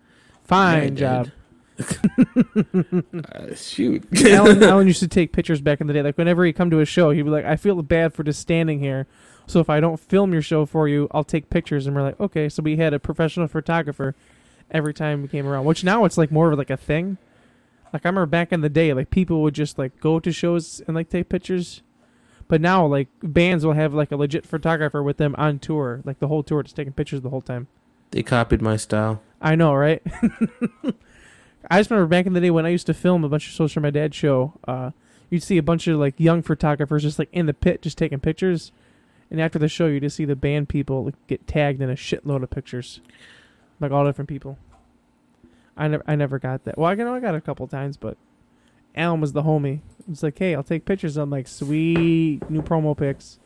Speaker 1: Fine job.
Speaker 2: uh, shoot.
Speaker 1: Alan, Alan used to take pictures back in the day. Like whenever he'd come to a show, he'd be like, "I feel bad for just standing here, so if I don't film your show for you, I'll take pictures." And we're like, "Okay." So we had a professional photographer every time we came around, which now it's like more of like a thing. Like I remember back in the day, like people would just like go to shows and like take pictures, but now like bands will have like a legit photographer with them on tour, like the whole tour, just taking pictures the whole time.
Speaker 2: They copied my style.
Speaker 1: I know, right? I just remember back in the day when I used to film a bunch of shows for my dad's show. Uh, you'd see a bunch of like young photographers just like in the pit, just taking pictures. And after the show, you just see the band people like, get tagged in a shitload of pictures, like all different people. I never, I never got that. Well, I know I got it a couple times, but Alan was the homie. It's like, hey, I'll take pictures. I'm like, sweet, new promo pics.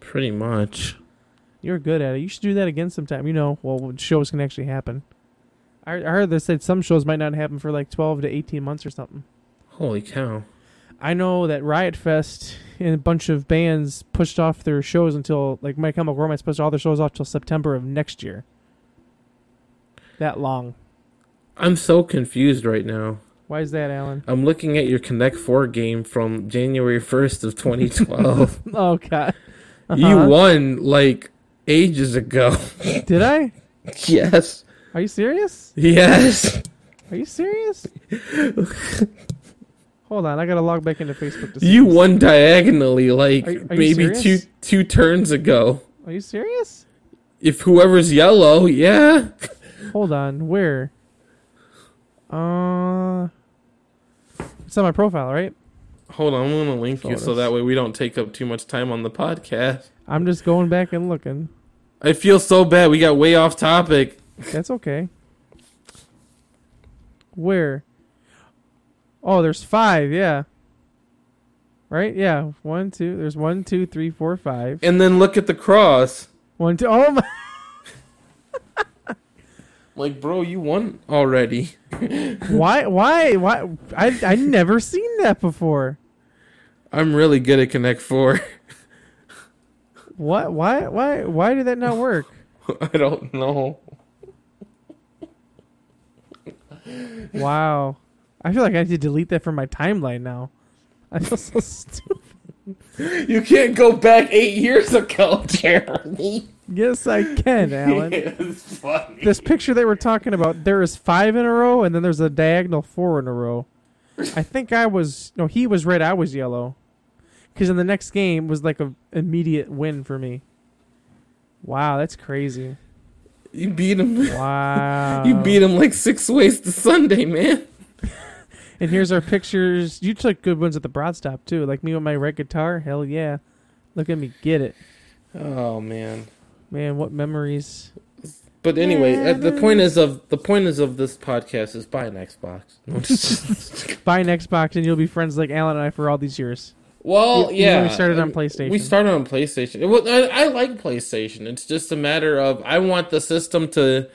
Speaker 2: Pretty much.
Speaker 1: You're good at it. You should do that again sometime. You know, well, when shows can actually happen. I, I heard they said some shows might not happen for like 12 to 18 months or something.
Speaker 2: Holy cow.
Speaker 1: I know that Riot Fest and a bunch of bands pushed off their shows until, like, My Chemical Romance pushed all their shows off till September of next year. That long.
Speaker 2: I'm so confused right now.
Speaker 1: Why is that, Alan?
Speaker 2: I'm looking at your Connect 4 game from January 1st of 2012.
Speaker 1: Oh, God.
Speaker 2: You
Speaker 1: Uh-huh.
Speaker 2: won like ages ago.
Speaker 1: Did I?
Speaker 2: yes.
Speaker 1: Are you serious?
Speaker 2: Yes.
Speaker 1: Are you serious? Hold on. I got to log back into Facebook to see.
Speaker 2: You
Speaker 1: this.
Speaker 2: won diagonally like
Speaker 1: Are- are you
Speaker 2: maybe two
Speaker 1: serious?
Speaker 2: two turns ago.
Speaker 1: Are you serious?
Speaker 2: If whoever's yellow, yeah.
Speaker 1: Hold on, where? Uh, it's on my profile, right?
Speaker 2: Hold on, I'm gonna link you so
Speaker 1: Photos.
Speaker 2: that way we don't take up too much time on the podcast.
Speaker 1: I'm just going back and looking.
Speaker 2: I feel so bad. We got way off topic.
Speaker 1: That's okay. Where? Oh, there's five. Yeah. Right. Yeah. One, two. There's one, two, three, four, five.
Speaker 2: And then look at the cross.
Speaker 1: One, two. Oh my.
Speaker 2: Like, bro, you won already.
Speaker 1: Why? Why? Why? I I never seen that before.
Speaker 2: I'm really good at Connect Four.
Speaker 1: What? Why? Why? Why did that not work?
Speaker 2: I don't know.
Speaker 1: Wow. I feel like I need to delete that from my timeline now. I feel so stupid.
Speaker 2: You can't go back eight years ago, Jeremy.
Speaker 1: Yes, I can, Alan.
Speaker 2: it's funny.
Speaker 1: this picture that we're talking about, there is five in a row, and then there's a diagonal four in a row. I think I was no, he was red, I was yellow, because in the next game was like a immediate win for me. Wow, that's crazy.
Speaker 2: You beat him.
Speaker 1: Wow,
Speaker 2: You beat him like six ways to Sunday, man.
Speaker 1: And here's our pictures. You took good ones at the broad stop too, like me with my red guitar. Hell yeah, look at me get it,
Speaker 2: Oh man.
Speaker 1: man. What memories?
Speaker 2: But anyway, uh, the point is of the point is of this podcast is buy an Xbox. No, just-
Speaker 1: Buy an Xbox, and you'll be friends like Alan and I for all these years.
Speaker 2: well,
Speaker 1: Even
Speaker 2: yeah,
Speaker 1: when we started on
Speaker 2: um,
Speaker 1: PlayStation.
Speaker 2: We started on PlayStation. It was- I, I like PlayStation. It's just a matter of I want the system to,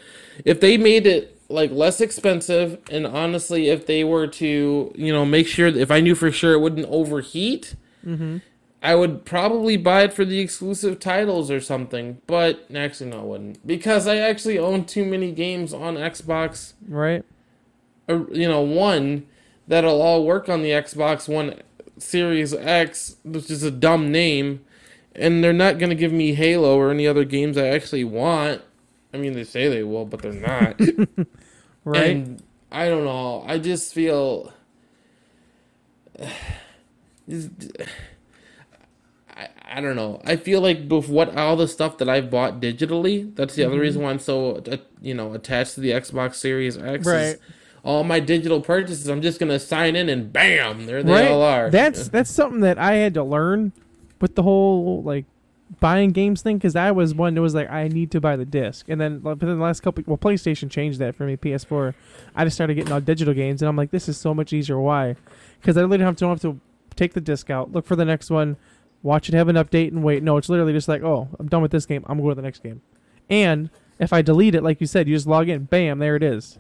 Speaker 2: if they made it like less expensive, and honestly, if they were to, you know, make sure if I knew for sure it wouldn't overheat,
Speaker 1: Mm-hmm.
Speaker 2: I would probably buy it for the exclusive titles or something, but actually no, I wouldn't because I actually own too many games on Xbox.
Speaker 1: Right?
Speaker 2: Or, you know, one that'll all work on the Xbox One Series X, which is a dumb name, and they're not gonna give me Halo or any other games I actually want. I mean, they say they will, but they're not.
Speaker 1: Right?
Speaker 2: And I don't know. I just feel. I, I don't know. I feel like with what all the stuff that I've bought digitally, that's the other
Speaker 1: Mm-hmm.
Speaker 2: reason why I'm so uh, you know attached to the Xbox Series X. is
Speaker 1: Right.
Speaker 2: All my digital purchases, I'm just gonna sign in and bam, there they
Speaker 1: right?
Speaker 2: all are.
Speaker 1: That's that's something that I had to learn with the whole like buying games thing because I was one that was like I need to buy the disc, and then like, within the last couple well PlayStation changed that for me. PS4, I just started getting all digital games, and I'm like this is so much easier. Why? Because I literally have to don't have to take the disc out, look for the next one, watch it have an update, and wait. No, it's literally just like oh I'm done with this game, I'm going to the next game, and if I delete it, like you said, you just log in, bam, there it is.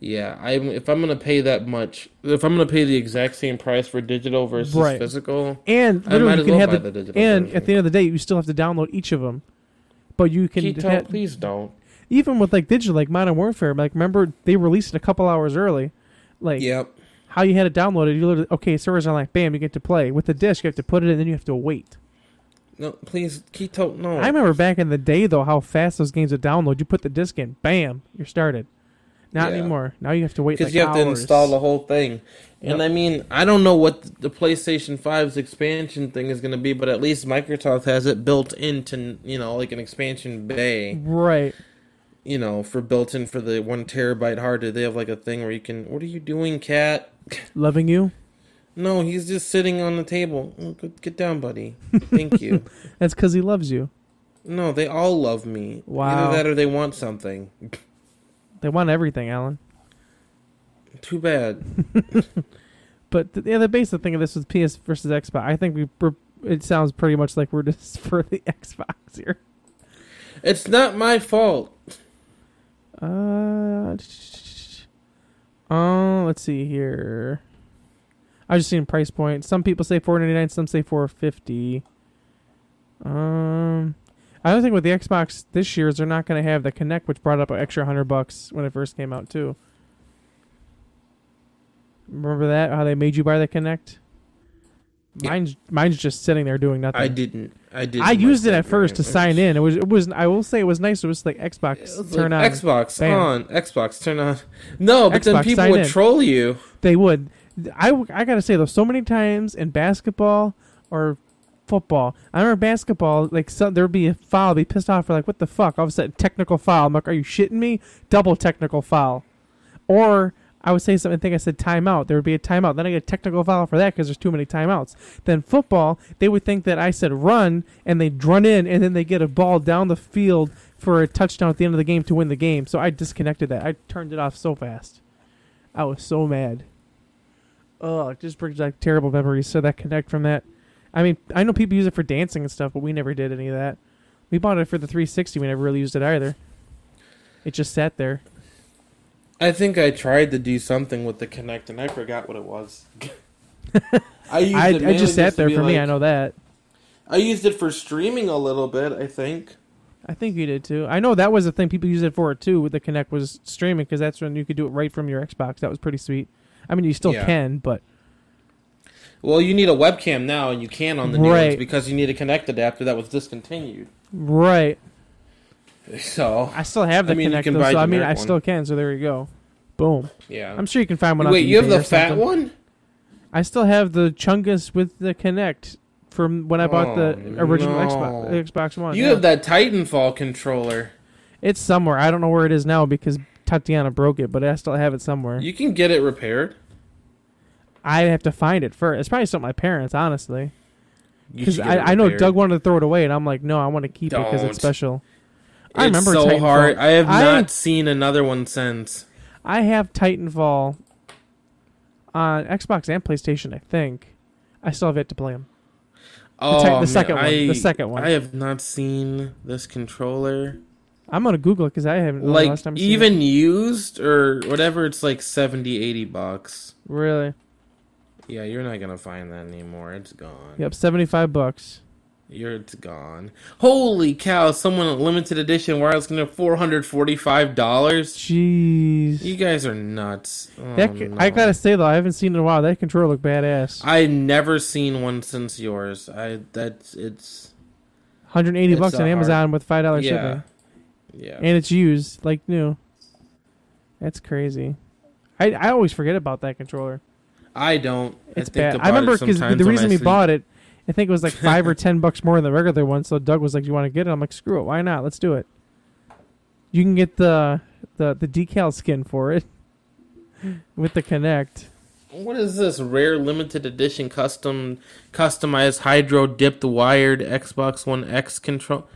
Speaker 2: yeah. I if I'm gonna pay that much, if I'm gonna pay the exact same price for digital versus
Speaker 1: Right.
Speaker 2: physical,
Speaker 1: And
Speaker 2: I
Speaker 1: literally,
Speaker 2: might
Speaker 1: you
Speaker 2: as
Speaker 1: can
Speaker 2: well
Speaker 1: have
Speaker 2: buy
Speaker 1: the,
Speaker 2: the digital
Speaker 1: and
Speaker 2: version.
Speaker 1: at the end of the day, you still have to download each of them. But you can
Speaker 2: Keto,
Speaker 1: ha-
Speaker 2: please don't.
Speaker 1: even with like digital, like Modern Warfare. Like remember, they released it a couple hours early. Like
Speaker 2: Yep.
Speaker 1: how you had it downloaded, you literally okay, servers online, bam, you get to play. With the disc, you have to put it in, then you have to wait.
Speaker 2: No, please, Keto, no.
Speaker 1: I remember back in the day though, how fast those games would download. You put the disc in, bam, you're started. Not
Speaker 2: Yeah.
Speaker 1: anymore. Now you have to wait
Speaker 2: because
Speaker 1: like
Speaker 2: you have to
Speaker 1: hours.
Speaker 2: install the whole thing. And
Speaker 1: Yep.
Speaker 2: I mean, I don't know what the PlayStation 5's expansion thing is going to be, but at least Microsoft has it built into, you know, like an expansion bay,
Speaker 1: right.
Speaker 2: you know, for built in for the one terabyte hard drive. They have like a thing where you can, what are you doing, cat?
Speaker 1: Loving you.
Speaker 2: No, he's just sitting on the table. Oh, good- Get down, buddy. Thank you.
Speaker 1: That's because he loves you.
Speaker 2: No, they all love me.
Speaker 1: Wow.
Speaker 2: Either that or they want something.
Speaker 1: They want everything, Alan.
Speaker 2: Too bad.
Speaker 1: But th- yeah, the basic thing of this was PS versus Xbox. I think we we're, it sounds pretty much like we're just for the Xbox here.
Speaker 2: It's not my fault.
Speaker 1: Uh, sh- uh, let's see here. I just seen price point. Some people say four ninety nine. Some say four fifty. Um, I don't think with the Xbox this year is they're not going to have the Connect, which brought up an extra hundred bucks when it first came out too. Remember that how they made you buy the Connect?
Speaker 2: Yeah.
Speaker 1: Mine's mine's just sitting there doing nothing.
Speaker 2: I didn't. I didn't.
Speaker 1: I used it at
Speaker 2: myself.
Speaker 1: first to sign in. It was it was I will say it was nice. It was like Xbox
Speaker 2: It was
Speaker 1: turn
Speaker 2: like,
Speaker 1: on.
Speaker 2: Xbox
Speaker 1: Bam.
Speaker 2: on. Xbox turn on. No, but then
Speaker 1: Xbox,
Speaker 2: people
Speaker 1: sign
Speaker 2: would
Speaker 1: in.
Speaker 2: troll you.
Speaker 1: They would. I, I gotta say though, so many times in basketball or football, I remember basketball like some, there'd be a foul, I'd be pissed off for like what the fuck? All of a sudden, technical foul. I'm like, are you shitting me? Double technical foul, or I would say something. I think I said timeout. There would be a timeout. Then I get a technical foul for that because there's too many timeouts. Then football, they would think that I said run, and they'd run in, and then they get a ball down the field for a touchdown at the end of the game to win the game. So I disconnected that. I turned it off so fast. I was so mad. Oh, it just brings back terrible memories. So that connect from that. I mean, I know people use it for dancing and stuff, but we never did any of that. We bought it for the 360. We never really used it either. It just sat there.
Speaker 2: I think I tried to do something with the Connect, and I forgot what it was. I used
Speaker 1: I,
Speaker 2: it
Speaker 1: I
Speaker 2: mainly
Speaker 1: just sat
Speaker 2: to
Speaker 1: there
Speaker 2: be
Speaker 1: for me.
Speaker 2: like-
Speaker 1: I know that.
Speaker 2: I used it for streaming a little bit. I think.
Speaker 1: I think you did too. I know that was the thing people used it for too. With the Connect was streaming because that's when you could do it right from your Xbox. That was pretty sweet. I mean, you still
Speaker 2: Yeah.
Speaker 1: can, but
Speaker 2: Well, you need a webcam now, and you can on the new ones
Speaker 1: Right.
Speaker 2: because you need a Kinect adapter that was discontinued.
Speaker 1: Right.
Speaker 2: So
Speaker 1: I still have the
Speaker 2: I mean, you
Speaker 1: Kinect,
Speaker 2: can
Speaker 1: though,
Speaker 2: buy a
Speaker 1: so I mean, I
Speaker 2: generic one.
Speaker 1: still can. So there you go. Boom.
Speaker 2: yeah.
Speaker 1: I'm sure you can find one.
Speaker 2: Wait,
Speaker 1: on
Speaker 2: you have
Speaker 1: eBay
Speaker 2: the
Speaker 1: or
Speaker 2: fat
Speaker 1: something.
Speaker 2: one?
Speaker 1: I still have the Chungus with the Kinect from when I bought the
Speaker 2: Oh,
Speaker 1: original
Speaker 2: no.
Speaker 1: Xbox Xbox One.
Speaker 2: You
Speaker 1: Oh, yeah.
Speaker 2: have that Titanfall controller.
Speaker 1: It's somewhere. I don't know where it is now because Tatiana broke it, but I still have it somewhere.
Speaker 2: You can get it repaired.
Speaker 1: I have to find it first. It's probably something my parents, honestly,
Speaker 2: You
Speaker 1: because
Speaker 2: should get it
Speaker 1: I, I know
Speaker 2: repaired.
Speaker 1: Doug wanted to throw it away, and I'm like, no, I want to keep it because
Speaker 2: Don't.
Speaker 1: it's special.
Speaker 2: It's
Speaker 1: I remember
Speaker 2: so
Speaker 1: Titanfall.
Speaker 2: hard. I have
Speaker 1: I-
Speaker 2: not seen another one since.
Speaker 1: I have Titanfall on Xbox and PlayStation. I think I still have yet to play them.
Speaker 2: Oh,
Speaker 1: the
Speaker 2: man,
Speaker 1: second one, the
Speaker 2: I-
Speaker 1: second one.
Speaker 2: I have not seen this controller.
Speaker 1: I'm gonna Google it because I haven't. when was the
Speaker 2: like
Speaker 1: last time I seen it.
Speaker 2: even used or whatever, it's like 70, 80 bucks.
Speaker 1: really,
Speaker 2: Yeah, you're not gonna find that anymore. It's gone.
Speaker 1: yep, seventy five bucks.
Speaker 2: You're it's gone. Holy cow! Someone at limited edition wireless connect four hundred forty five dollars.
Speaker 1: Jeez,
Speaker 2: You guys are nuts. Oh,
Speaker 1: that, c- I
Speaker 2: no.
Speaker 1: gotta say though, I haven't seen it in a while. That controller looked badass.
Speaker 2: I never seen one since yours. I that's it's
Speaker 1: 180
Speaker 2: It's
Speaker 1: bucks
Speaker 2: a
Speaker 1: on
Speaker 2: hard-
Speaker 1: Amazon with five dollar
Speaker 2: yeah,
Speaker 1: shipping,
Speaker 2: yeah.
Speaker 1: and it's used like new. That's crazy. I I always forget about that controller.
Speaker 2: I don't.
Speaker 1: It's
Speaker 2: I think
Speaker 1: bad.
Speaker 2: about
Speaker 1: I remember
Speaker 2: it
Speaker 1: because
Speaker 2: sometimes
Speaker 1: the
Speaker 2: when
Speaker 1: reason
Speaker 2: I
Speaker 1: we
Speaker 2: sleep.
Speaker 1: bought it, I think it was like five or ten bucks more than the regular one. So Doug was like, "You want to get it?" I'm like, "Screw it, why not? Let's do it." You can get the the the decal skin for it with the Kinect.
Speaker 2: What is this rare limited edition custom customized hydro dipped wired Xbox One X control?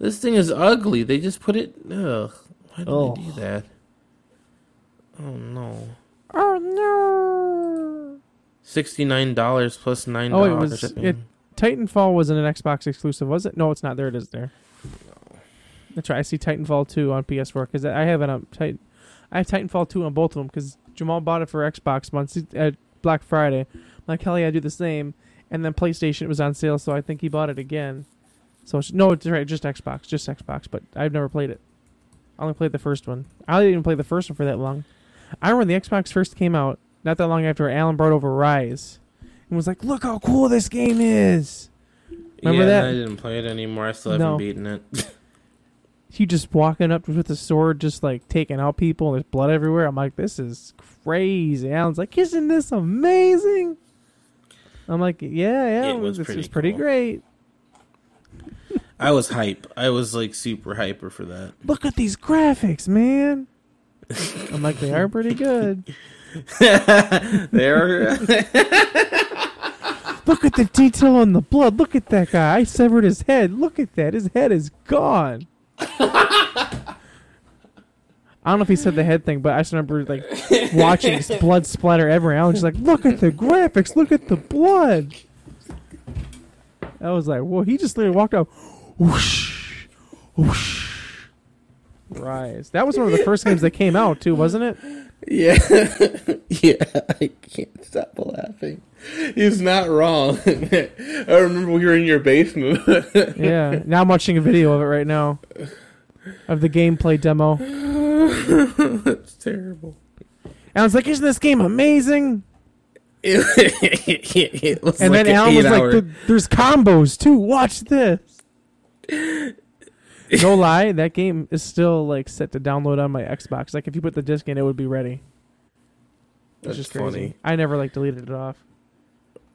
Speaker 2: This thing is ugly. They just put it. Ugh. Why did
Speaker 1: Ugh.
Speaker 2: they do that? Oh no.
Speaker 1: Oh no!
Speaker 2: Sixty nine dollars plus nine
Speaker 1: Oh,
Speaker 2: dollars.
Speaker 1: it was it. Titanfall wasn't an Xbox exclusive, was it? No, it's not. There it is. There. That's right. I see Titanfall two on PS4 because I have it on Titan. I have Titanfall two on both of them because Jamal bought it for Xbox once at Black Friday. I'm like hell yeah, I do the same. And then PlayStation was on sale, so I think he bought it again. So it's, no, it's right, just Xbox, just Xbox. But I've never played it. I only played the first one. I didn't even play the first one for that long. I remember when the Xbox first came out, not that long after Alan brought over Rise, and was like, "Look how cool this game is." remember
Speaker 2: yeah,
Speaker 1: that?
Speaker 2: and I didn't play it anymore. I still haven't
Speaker 1: No.
Speaker 2: beaten it.
Speaker 1: he just walking up with a sword, just like taking out people. There's blood everywhere. I'm like, this is crazy. Alan's like, isn't this amazing? I'm like, yeah, yeah,
Speaker 2: It was
Speaker 1: this
Speaker 2: pretty
Speaker 1: is pretty
Speaker 2: cool.
Speaker 1: great.
Speaker 2: I was hype. I was like super hyper for that.
Speaker 1: Look at these graphics, man. I'm like, they are pretty good.
Speaker 2: there.
Speaker 1: Look at the detail on the blood. Look at that guy. I severed his head. Look at that. His head is gone. I don't know if he said the head thing, but I just remember like watching s- blood splatter everywhere. I was just like, look at the graphics, look at the blood. I was like, whoa, he just literally walked out. Whoosh, whoosh. Rise. That was one of the first games that came out too, wasn't it?
Speaker 2: yeah, yeah. I can't stop laughing. He's not wrong. I remember we were in your basement.
Speaker 1: Yeah. Now I'm watching a video of it right now. Of the gameplay demo.
Speaker 2: That's terrible.
Speaker 1: And I was like, isn't this game amazing?
Speaker 2: it was
Speaker 1: And
Speaker 2: like
Speaker 1: then
Speaker 2: an
Speaker 1: Alan was
Speaker 2: eight-hour-
Speaker 1: like, "There- there's combos too. Watch this. no lie, that game is still like set to download on my Xbox. Like if you put the disc in, it would be ready.
Speaker 2: That's
Speaker 1: It's just crazy. I never like deleted it off.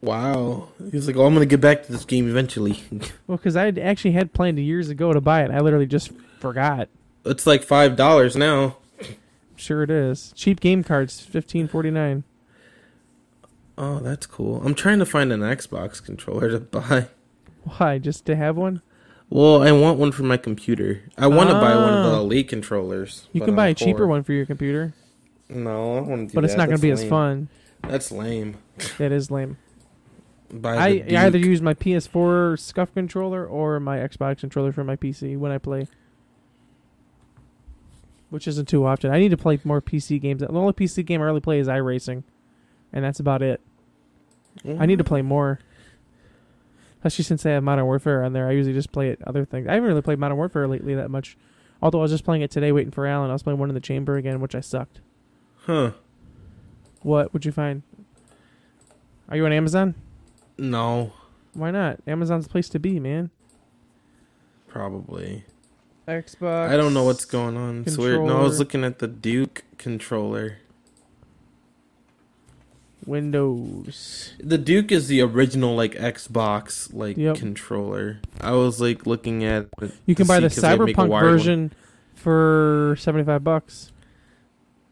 Speaker 2: Wow. He was like, oh, I'm going to get back to this game eventually.
Speaker 1: Well, because I had actually had planned years ago to buy it. I literally just forgot.
Speaker 2: it's like $5 now.
Speaker 1: Sure it is. Cheap game cards, fifteen forty nine.
Speaker 2: Oh, that's cool. I'm trying to find an Xbox controller to buy.
Speaker 1: Why? Just to have one?
Speaker 2: Well, I want one for my computer. I want to buy one of the
Speaker 1: Ah.
Speaker 2: Elite controllers.
Speaker 1: You
Speaker 2: but
Speaker 1: can buy
Speaker 2: I'm
Speaker 1: a cheaper
Speaker 2: poor.
Speaker 1: one for your computer,
Speaker 2: No, I want to do
Speaker 1: but it's not
Speaker 2: that.
Speaker 1: going
Speaker 2: That's
Speaker 1: to be as
Speaker 2: lame.
Speaker 1: fun.
Speaker 2: That's lame.
Speaker 1: That is lame.
Speaker 2: Buy the
Speaker 1: I,
Speaker 2: Duke.
Speaker 1: I either use my PS4 scuff controller or my Xbox controller for my PC when I play, which isn't too often. I need to play more PC games. The only PC game I really play is iRacing, and that's about it. I need to play more. Especially since I have Modern Warfare on there, I usually just play it other things. I haven't really played Modern Warfare lately that much. Although I was just playing it today, waiting for Alan. I was playing one in the chamber again, which I sucked.
Speaker 2: Huh.
Speaker 1: What would you find? Are you on Amazon?
Speaker 2: No,
Speaker 1: Why not? Amazon's the place to be, man.
Speaker 2: probably.
Speaker 1: Xbox.
Speaker 2: I don't know what's going on. It's weird. No, I
Speaker 1: Controller.
Speaker 2: was looking at the Duke controller.
Speaker 1: Windows.
Speaker 2: The Duke is the original like Xbox like
Speaker 1: Yep.
Speaker 2: controller. I can was like looking at it
Speaker 1: You can
Speaker 2: to
Speaker 1: buy
Speaker 2: see
Speaker 1: the
Speaker 2: 'cause they make a
Speaker 1: Cyberpunk
Speaker 2: wired one.
Speaker 1: version for seventy-five bucks.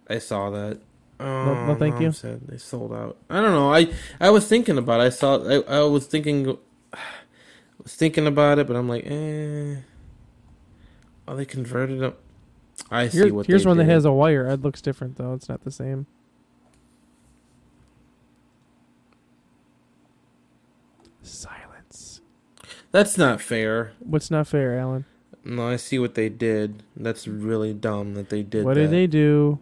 Speaker 2: I saw that. Oh,
Speaker 1: no, thank
Speaker 2: I'm
Speaker 1: you.
Speaker 2: sad. They sold out. I don't know. I I was thinking about. It. I saw. I, I was thinking. Was thinking about it, but I'm like, eh. Oh, they converted them. I see
Speaker 1: Here-
Speaker 2: what.
Speaker 1: here's
Speaker 2: they
Speaker 1: one
Speaker 2: did.
Speaker 1: that has a wire. It looks different though. It's not the same. Silence.
Speaker 2: That's not fair.
Speaker 1: What's not fair, Alan?
Speaker 2: No, I see what they did. That's really dumb that they did.
Speaker 1: what
Speaker 2: that.
Speaker 1: did they do?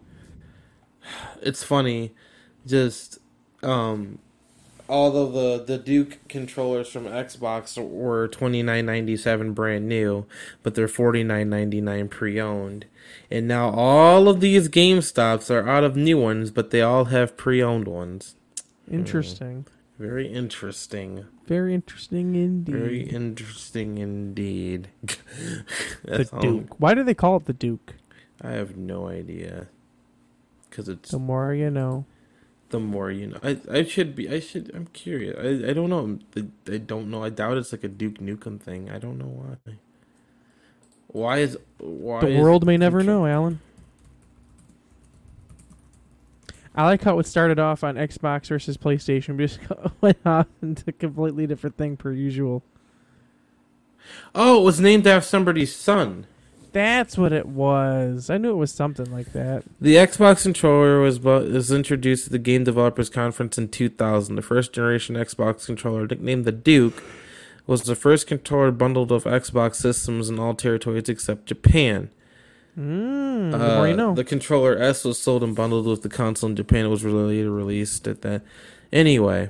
Speaker 2: it's funny just um all of the the duke controllers from xbox were 29.97 brand new but they're 49.99 pre-owned and now all of these game stops are out of new ones but they all have pre-owned ones Mm.
Speaker 1: Interesting.
Speaker 2: very interesting
Speaker 1: Very interesting indeed.
Speaker 2: very interesting indeed
Speaker 1: the
Speaker 2: That's all.
Speaker 1: Duke. Why do they call it the Duke?
Speaker 2: i have no idea because it's
Speaker 1: The more you know.
Speaker 2: the more you know. I I should be. I should. I'm curious. I I don't know. I, I don't know. I doubt it's like a Duke Nukem thing. I don't know why. Why is why
Speaker 1: the
Speaker 2: is-
Speaker 1: world may never
Speaker 2: control-
Speaker 1: know, Alan. I like how it started off on Xbox versus PlayStation, but just went off into a completely different thing per usual.
Speaker 2: Oh, it was named after somebody's son.
Speaker 1: That's what it was. I knew it was something like that.
Speaker 2: The Xbox controller was bu- was introduced at the Game Developers Conference in 2000. The first generation Xbox controller, nicknamed the Duke, was the first controller bundled of Xbox systems in all territories except Japan.
Speaker 1: Mm, the
Speaker 2: Uh,
Speaker 1: more you know.
Speaker 2: The controller S was sold and bundled with the console in Japan. It was later released at that. Anyway,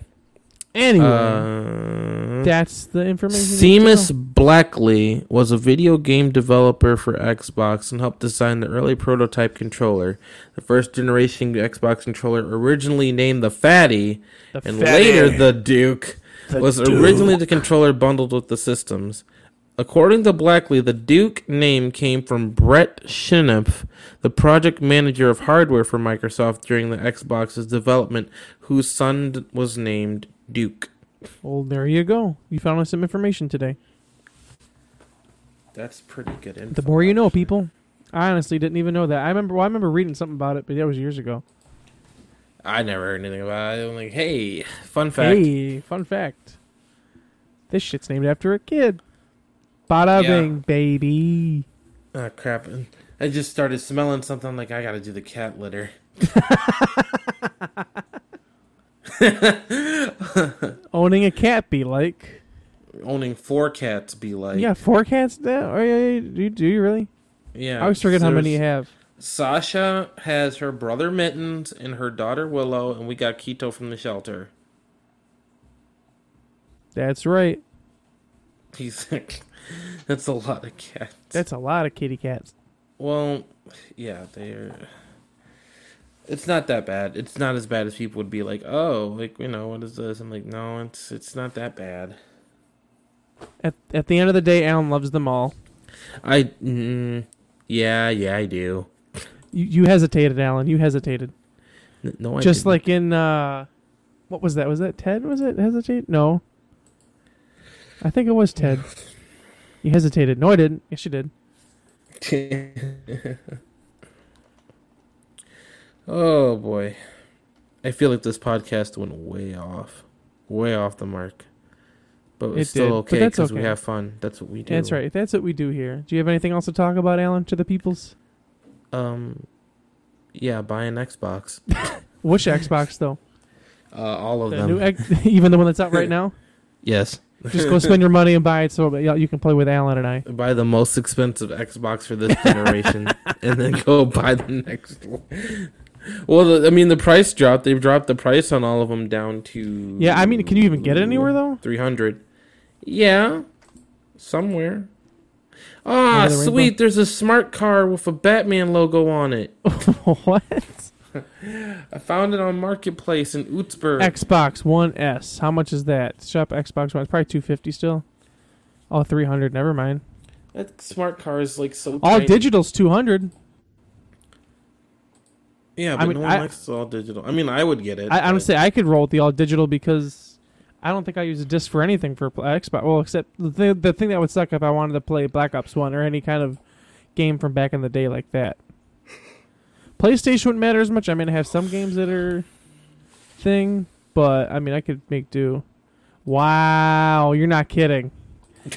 Speaker 1: anyway,
Speaker 2: uh,
Speaker 1: that's the information. you need to
Speaker 2: Seamus Blackley was a video game developer for Xbox and helped design the early prototype controller. The first generation Xbox controller, originally named the Fatty,
Speaker 1: know. The
Speaker 2: and
Speaker 1: fact-
Speaker 2: later the Duke, was originally the controller bundled with the systems. According to Blackley, the Duke name came from Brett Shinepf, the project manager of hardware for Microsoft during the Xbox's development, whose son d- was named Duke.
Speaker 1: Well, there you go. You found us some information today.
Speaker 2: That's pretty good info.
Speaker 1: The more you know, people. I honestly didn't even know that. I remember. Well, I remember reading something about it, but that was years ago.
Speaker 2: I never heard anything about it. I'm like, hey, fun fact.
Speaker 1: Hey, fun fact. This shit's named after a kid. Bada
Speaker 2: Yeah.
Speaker 1: bing, baby.
Speaker 2: Oh crap! I just started smelling something. Like I gotta do the cat litter.
Speaker 1: Owning a cat be like.
Speaker 2: Owning four cats be like.
Speaker 1: yeah, four cats now? Are you, do you, do you really?
Speaker 2: Yeah.
Speaker 1: I was forgetting how many you
Speaker 2: there's-
Speaker 1: have.
Speaker 2: Sasha has her brother Mittens and her daughter Willow, and we got Keto from the shelter.
Speaker 1: That's right.
Speaker 2: He's that's a lot of cats.
Speaker 1: That's a lot of kitty cats.
Speaker 2: well, yeah, they're. It's not that bad. It's not as bad as people would be like, oh, like you know, what is this? I'm like, no, it's it's not that bad.
Speaker 1: At, at the end of the day, Alan loves them all.
Speaker 2: I, mm, yeah, yeah, I do.
Speaker 1: You, you hesitated, Alan. You hesitated.
Speaker 2: N- No, I
Speaker 1: Just
Speaker 2: didn't.
Speaker 1: like in, uh, what was that? Was that Ted? Was it hesitate? No. I think it was Ted. You hesitated. No, I didn't. Yes, you did.
Speaker 2: oh boy, I feel like this podcast went way off, way off the mark. But
Speaker 1: It
Speaker 2: it's still
Speaker 1: did, but
Speaker 2: okay
Speaker 1: that's
Speaker 2: because we
Speaker 1: okay.
Speaker 2: have fun. That's what we do.
Speaker 1: That's right. That's what we do here. Do you have anything else to talk about, Alan, to the peoples?
Speaker 2: Um, yeah, buy an Xbox.
Speaker 1: Which Xbox though?
Speaker 2: Uh, all of
Speaker 1: The
Speaker 2: them.
Speaker 1: new X- even the one that's out right now.
Speaker 2: yes.
Speaker 1: Just go spend your money and buy it so that y'all- you can play with Alan and I.
Speaker 2: Buy the most expensive Xbox for this generation, and then go buy the next one. Well, the- I mean, the price dropped. They've dropped the price on all of them down to
Speaker 1: Yeah, I mean, can you even get it anywhere though?
Speaker 2: Three hundred. Yeah, somewhere. Ah,
Speaker 1: Over the rainbow?
Speaker 2: sweet. There's a smart car with a Batman logo on it.
Speaker 1: what?
Speaker 2: I found it on Marketplace in Utsburg.
Speaker 1: Xbox One S. How much is that? Shop Xbox One. It's probably two fifty still. Oh, 300. Never mind.
Speaker 2: that smart car is like so.
Speaker 1: All
Speaker 2: tiny.
Speaker 1: digital's 200.
Speaker 2: Yeah,
Speaker 1: I
Speaker 2: but
Speaker 1: mean,
Speaker 2: no one
Speaker 1: I-
Speaker 2: likes it's all digital. I mean, I would get it.
Speaker 1: I
Speaker 2: but-
Speaker 1: honestly, I could roll with the all digital because I don't think I use a disc for anything for pl- Xbox. Well, except the thing, the thing that would suck if I wanted to play Black Ops One or any kind of game from back in the day like that. PlayStation wouldn't matter as much. I mean, I have some games that are thing, but I mean, I could make do. Wow, you're not kidding.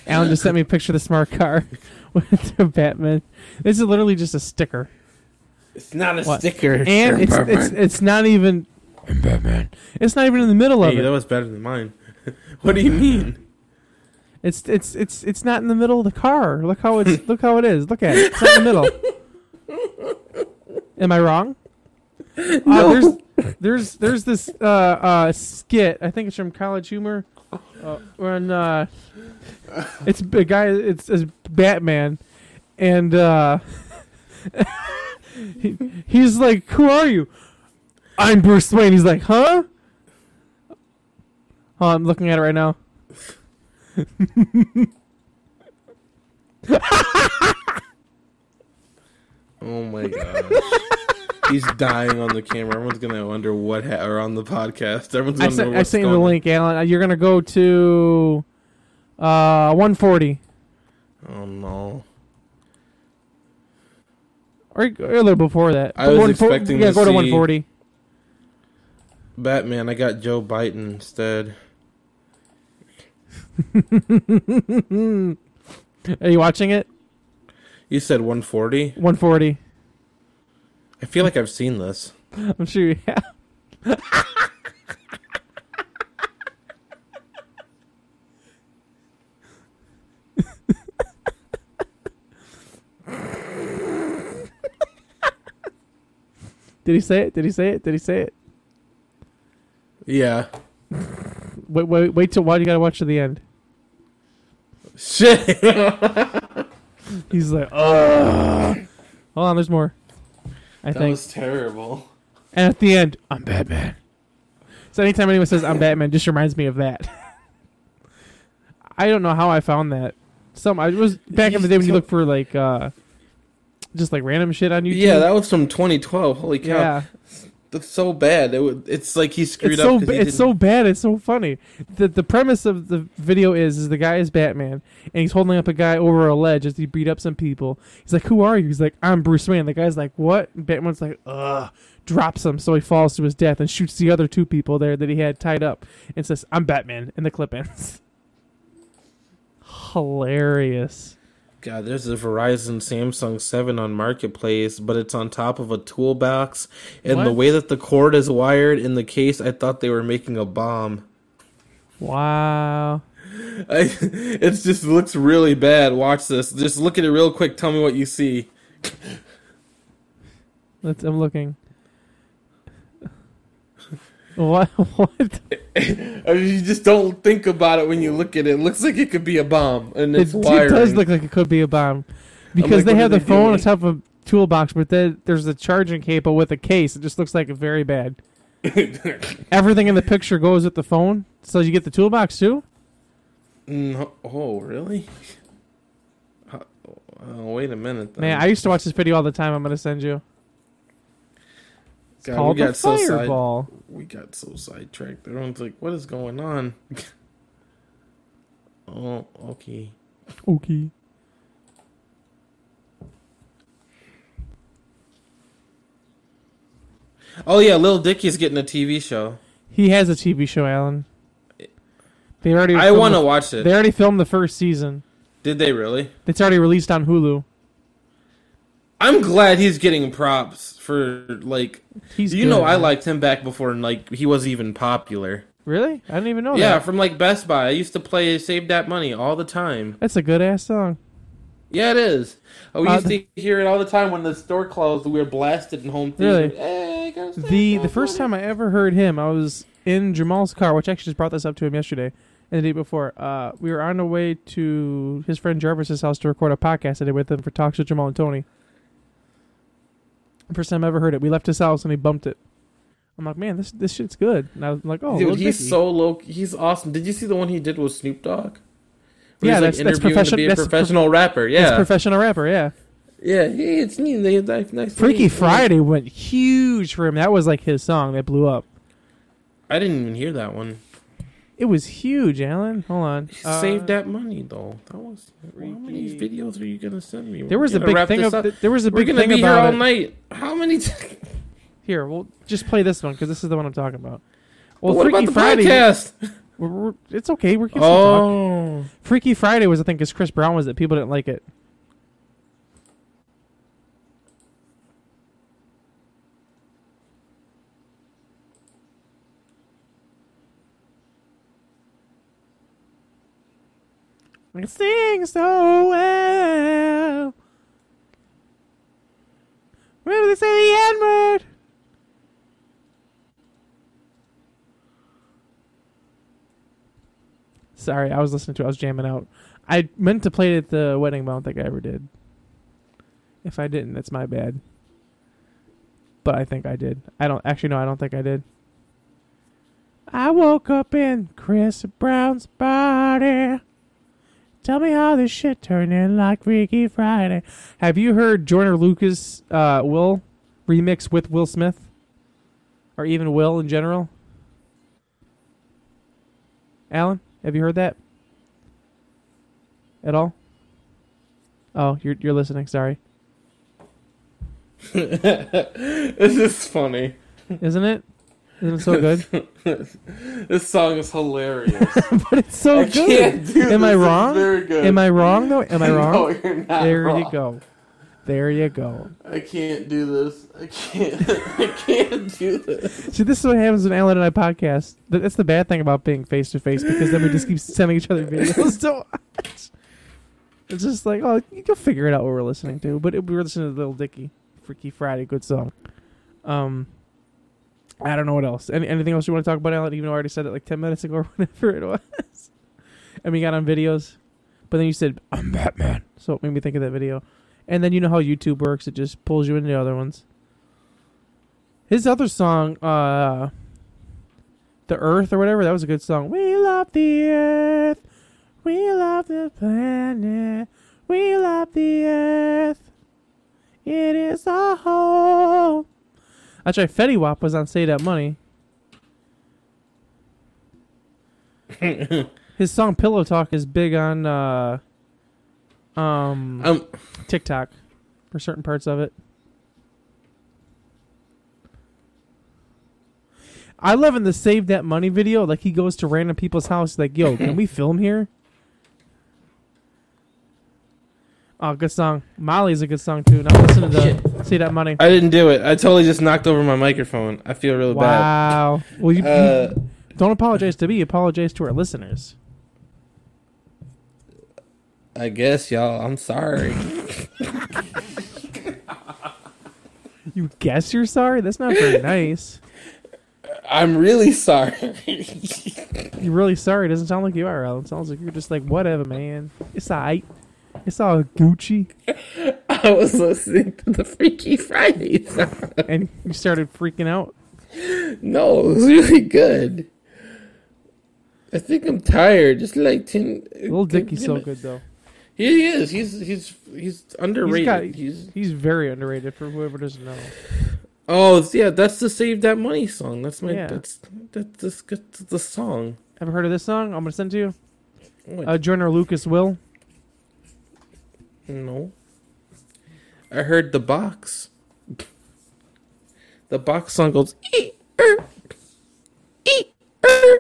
Speaker 1: Alan just sent me a picture of the smart car with the Batman. This is literally just a sticker,
Speaker 2: it's not a
Speaker 1: What?
Speaker 2: sticker.
Speaker 1: and it's,
Speaker 2: Batman.
Speaker 1: it's it's not even
Speaker 2: I'm Batman.
Speaker 1: it's not even in the middle of
Speaker 2: Hey,
Speaker 1: it.
Speaker 2: that was better than mine. what do you mean?
Speaker 1: It's it's it's it's not in the middle of the car. Look how it's look how it is. Look at it. It's not in the middle. Am I wrong? Uh, there's there's there's this uh, uh, skit. I think it's from College Humor. Uh, when uh, it's a guy, it's, it's Batman, and uh, he, he's like, "Who are you?" I'm Bruce Wayne. He's like, "Huh?" Oh, I'm looking at it right now.
Speaker 2: Oh my god. He's dying on the camera. Everyone's gonna wonder what ha- or on the podcast. Everyone's
Speaker 1: I
Speaker 2: gonna know
Speaker 1: sent, I
Speaker 2: what's
Speaker 1: sent
Speaker 2: going
Speaker 1: you the link, Alan. Uh, You're gonna go to uh 140
Speaker 2: Oh no.
Speaker 1: or, or a little before that.
Speaker 2: I was
Speaker 1: 140
Speaker 2: expecting
Speaker 1: Yeah,
Speaker 2: to
Speaker 1: go to
Speaker 2: see-
Speaker 1: 140.
Speaker 2: Batman, I got Joe Biden instead.
Speaker 1: Are you watching it?
Speaker 2: You said 140?
Speaker 1: 140.
Speaker 2: I feel like I've seen this.
Speaker 1: I'm sure you have. Did he say it? Did he say it? Did he say it?
Speaker 2: Yeah.
Speaker 1: Wait, wait, wait till why do you gotta watch to the end?
Speaker 2: Shit.
Speaker 1: He's like, oh. Hold on, there's more. I
Speaker 2: That
Speaker 1: think.
Speaker 2: was terrible.
Speaker 1: And at the end, I'm Batman. So anytime anyone says I'm Batman, just reminds me of that. I don't know how I found that. Some I was back in the day when you look for like uh just like random shit on YouTube.
Speaker 2: Yeah, that was from 2012. Holy cow.
Speaker 1: yeah.
Speaker 2: That's so bad. It would, it's like he screwed
Speaker 1: It's
Speaker 2: up.
Speaker 1: so
Speaker 2: 'cause
Speaker 1: ba-
Speaker 2: he
Speaker 1: it's
Speaker 2: didn't-
Speaker 1: so bad. It's so funny. The the premise of the video is is the guy is Batman and he's holding up a guy over a ledge as he beat up some people. He's like, "Who are you?" He's like, "I'm Bruce Wayne." The guy's like, "What?" And Batman's like, "Ugh." Drops him so he falls to his death and shoots the other two people there that he had tied up and says, "I'm Batman." And the clip ends. Hilarious.
Speaker 2: God, there's a Verizon Samsung 7 on Marketplace, but it's on top of a toolbox. And the
Speaker 1: What?
Speaker 2: way that the cord is wired in the case, I thought they were making a bomb.
Speaker 1: Wow.
Speaker 2: I, it just looks really bad. Watch this. Just look at it real quick. Tell me what you see.
Speaker 1: Let's. I'm looking. What? What?
Speaker 2: I mean, you just don't think about it when you look at it. It looks like it could be a bomb, and it's
Speaker 1: it, it
Speaker 2: wiring.
Speaker 1: does look like it could be a bomb because
Speaker 2: like,
Speaker 1: they
Speaker 2: what
Speaker 1: have the
Speaker 2: are they
Speaker 1: phone on
Speaker 2: doing?
Speaker 1: top of a toolbox, but then there's a charging cable with a case. It just looks like very bad. Everything in the picture goes with the phone, so you get the toolbox too.
Speaker 2: No- oh, really? Uh, Oh, wait a minute. Then.
Speaker 1: Man, I used to watch this video all the time. I'm gonna send you. It's
Speaker 2: God, we
Speaker 1: called the
Speaker 2: got so side-
Speaker 1: fireball.
Speaker 2: we got so sidetracked. Everyone's like, "What is going on?" oh, okay.
Speaker 1: Okay.
Speaker 2: Oh yeah, Lil Dicky's getting a TV show.
Speaker 1: He has a TV show, Alan. They already.
Speaker 2: I
Speaker 1: filmed
Speaker 2: want to
Speaker 1: the-
Speaker 2: watch it.
Speaker 1: They already filmed the first season.
Speaker 2: Did they really?
Speaker 1: It's already released on Hulu.
Speaker 2: I'm glad he's getting props for like.
Speaker 1: He's
Speaker 2: you
Speaker 1: good,
Speaker 2: know, I
Speaker 1: man.
Speaker 2: liked him back before, like he was even popular.
Speaker 1: Really? I didn't even know
Speaker 2: yeah,
Speaker 1: that.
Speaker 2: from like Best Buy. I used to play "Save That Money" all the time.
Speaker 1: That's a good ass song.
Speaker 2: Yeah, it is. Oh, we
Speaker 1: Uh,
Speaker 2: used to hear it all the time when the store closed. We were blasted in home theater.
Speaker 1: Really?
Speaker 2: Hey, go save
Speaker 1: the the
Speaker 2: that
Speaker 1: first
Speaker 2: money.
Speaker 1: time I ever heard him, I was in Jamal's car, which I actually just brought this up to him yesterday and the day before. Uh, we were on the way to his friend Jarvis's house to record a podcast I did with him for Talks with Jamal and Tony. First time I ever heard it. We left his house and he bumped it. I'm like, man, this this shit's good. And I was like, oh, Lil
Speaker 2: Dude, he's
Speaker 1: Dicky.
Speaker 2: so low. He's awesome. Did you see the one he did with Snoop Dogg?
Speaker 1: Yeah, that's-
Speaker 2: he's,
Speaker 1: that's
Speaker 2: to
Speaker 1: profession-
Speaker 2: be a
Speaker 1: that's prof-
Speaker 2: professional rapper.
Speaker 1: He's a
Speaker 2: Yeah,
Speaker 1: professional rapper. Yeah,
Speaker 2: yeah, yeah. It's neat. They- they- nice
Speaker 1: Freaky
Speaker 2: neat.
Speaker 1: Friday went huge for him. That was like his song that blew up.
Speaker 2: I didn't even hear that one.
Speaker 1: It was huge, Alan. Hold on.
Speaker 2: He
Speaker 1: Uh,
Speaker 2: saved that money though. That was how many
Speaker 3: Freaky.
Speaker 2: videos are you gonna send me?
Speaker 1: There was a
Speaker 2: Gotta
Speaker 1: big
Speaker 2: wrap
Speaker 1: thing.
Speaker 2: this
Speaker 1: Of,
Speaker 2: up.
Speaker 1: there was a
Speaker 2: We're
Speaker 1: big
Speaker 2: gonna
Speaker 1: thing
Speaker 2: be here all
Speaker 1: about it.
Speaker 2: night. How many? T-
Speaker 1: Here, we'll just play this one because this is the one I'm talking about. Well,
Speaker 2: what
Speaker 1: Freaky
Speaker 2: about the
Speaker 1: Friday.
Speaker 2: podcast?
Speaker 1: we're- we're- it's okay. We're still talk.
Speaker 2: Oh,
Speaker 1: Freaky Friday was, I think, because Chris Brown was that people didn't like it. I can sing so well. Remember they say the N word. Sorry, I was listening to. it. I was jamming out. I meant to play it at the wedding, but I don't think I ever did. If I didn't, that's my bad. But I think I did. I don't actually. No, I don't think I did. I woke up in Chris Brown's body. Tell me how this shit turned in like Freaky Friday. Have you heard Joyner Lucas uh, Will remix with Will Smith, or even Will in general? Alan, have you heard that at all? Oh, you're you're listening. Sorry,
Speaker 2: this is funny.
Speaker 1: isn't it? Isn't it so good?
Speaker 2: This song is hilarious.
Speaker 1: but it's so
Speaker 2: I
Speaker 1: Oh, good.
Speaker 2: can't do
Speaker 1: Am I
Speaker 2: this. It's
Speaker 1: wrong?
Speaker 2: very good.
Speaker 1: Am I wrong though? Am I wrong?
Speaker 2: No, you're not
Speaker 1: there you
Speaker 2: wrong.
Speaker 1: go. There you go.
Speaker 2: I can't do this. I can't. I can't do this.
Speaker 1: See, this is what happens when Alan and I podcast. Th- That's the bad thing about being face to face because then we just keep sending each other videos to watch. It's just like, oh, you can figure it out what we're listening to. But it, we were listening to Little Dicky, Freaky Friday, good song. Um, I don't know what else. Any, anything else you want to talk about, Alan? Even though I already said it like ten minutes ago or whatever it was. And we got on videos, but then you said I'm Batman, so it made me think of that video. And then you know how YouTube works; it just pulls you into other ones. His other song, uh The Earth or whatever, that was a good song. We love the earth. We love the planet. We love the earth. It is our home. I tried Fetty Wap was on Say That Money. His song Pillow Talk is big on uh um
Speaker 2: Um,
Speaker 1: TikTok for certain parts of it. I love in the save that money video. Like he goes to random people's house, like, "Yo, can we film here?" Oh, good song. Molly's a good song too. Now listen to the see that money.
Speaker 2: I didn't do it. I totally just knocked over my microphone. I feel really
Speaker 1: Wow. Well, you,
Speaker 2: bad. Uh,
Speaker 1: you don't apologize to me. Apologize to our listeners.
Speaker 2: I guess y'all. I'm sorry.
Speaker 1: You guess you're sorry. That's not very nice.
Speaker 2: I'm really sorry.
Speaker 1: You're really sorry. It doesn't sound like you are, Alan. It sounds like you're just like, whatever, man. It's alright. It's all Gucci.
Speaker 2: I was listening to the Freaky Friday song.
Speaker 1: And you started freaking out.
Speaker 2: No, it was really good. I think I'm tired. Just like ten.
Speaker 1: Little Dicky's so good, though.
Speaker 2: He is. He's he's he's
Speaker 1: He's, got,
Speaker 2: underrated. He's,
Speaker 1: he's, very underrated for whoever doesn't know.
Speaker 2: oh it's- yeah. That's the Save That Money song. That's my
Speaker 1: Yeah.
Speaker 2: that's that's, that's, that's the song. Oh,
Speaker 1: Ever heard of this song? I'm going to send to you.
Speaker 2: What?
Speaker 1: Uh, Joyner Lucas Will.
Speaker 2: No. I heard the box. The box song goes. "Ee, er, ee, er."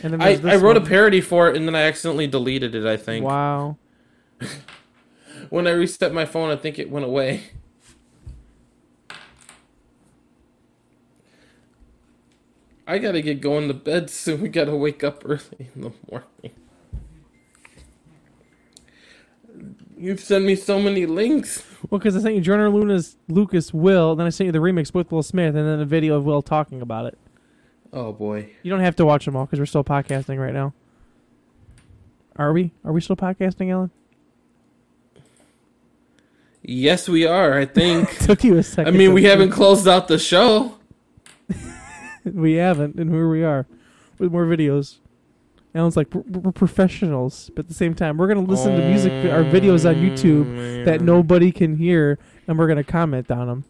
Speaker 1: And then
Speaker 2: I,
Speaker 1: there's
Speaker 2: I
Speaker 1: this
Speaker 2: wrote a
Speaker 1: one.
Speaker 2: parody for it and then I accidentally deleted it. I think
Speaker 1: Wow.
Speaker 2: when I reset my phone, I think it went away. I gotta get going to bed soon. We gotta wake up early in the morning. You've sent me so many links.
Speaker 1: Well, because I sent you Joyner Luna's Lucas Will, then I sent you the remix with Will Smith, and then a video of Will talking about it.
Speaker 2: Oh boy.
Speaker 1: You don't have to watch them all because we're still podcasting right now. Are we? Are we still podcasting, Alan?
Speaker 2: Yes, we are. I think.
Speaker 1: Took you a
Speaker 2: I
Speaker 1: second.
Speaker 2: mean,
Speaker 1: to-
Speaker 2: we haven't closed out the show.
Speaker 1: We haven't, and here we are with more videos. Alan's like, we're, we're professionals, but at the same time, we're gonna listen to music, our videos on YouTube
Speaker 2: Oh,
Speaker 1: that
Speaker 2: man.
Speaker 1: nobody can hear, and we're gonna comment on them.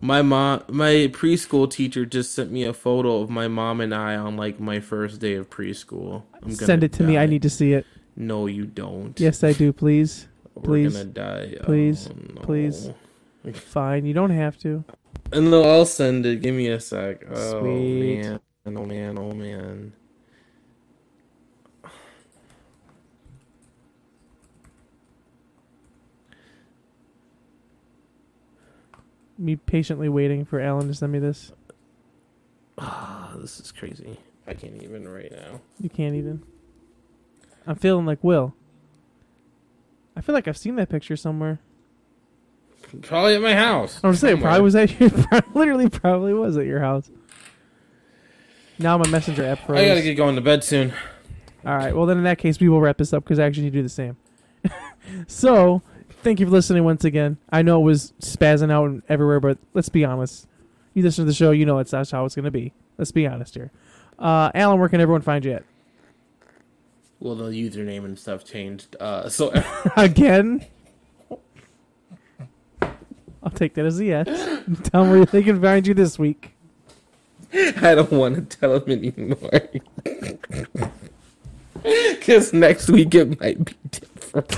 Speaker 2: My mom, my preschool teacher just sent me a photo of my mom and I on like my first day of preschool. I'm gonna
Speaker 1: Send it to me.
Speaker 2: die.
Speaker 1: I need to see it.
Speaker 2: No, you don't.
Speaker 1: Yes, I do. Please,
Speaker 2: We're
Speaker 1: please,
Speaker 2: gonna die. Oh,
Speaker 1: please,
Speaker 2: no.
Speaker 1: please. fine. You don't have to.
Speaker 2: And no, I'll send it. Give me a sec. Oh
Speaker 1: Sweet.
Speaker 2: man. Oh man. Oh man.
Speaker 1: Me patiently waiting for Alan to send me this.
Speaker 2: Ah, this is crazy. I can't even right now.
Speaker 1: You can't even. I'm feeling like Will. I feel like I've seen that picture somewhere.
Speaker 2: Probably at my house.
Speaker 1: I'm just saying, it
Speaker 2: Somewhere.
Speaker 1: probably was at your, literally probably was at your house. Now my messenger app froze.
Speaker 2: I gotta get going to bed soon.
Speaker 1: All right. Well, then in that case, we will wrap this up because I actually need to do the same. so, thank you for listening once again. I know it was spazzing out and everywhere, but let's be honest. You listen to the show, you know it's that's how it's gonna be. Let's be honest here. Uh, Alan, where can everyone find you at?
Speaker 2: Well, the username and stuff changed. Uh, so
Speaker 1: again? I'll take that as a yes. Tell me where they can find you this week.
Speaker 2: I don't want to tell him anymore. Because next week it might be different.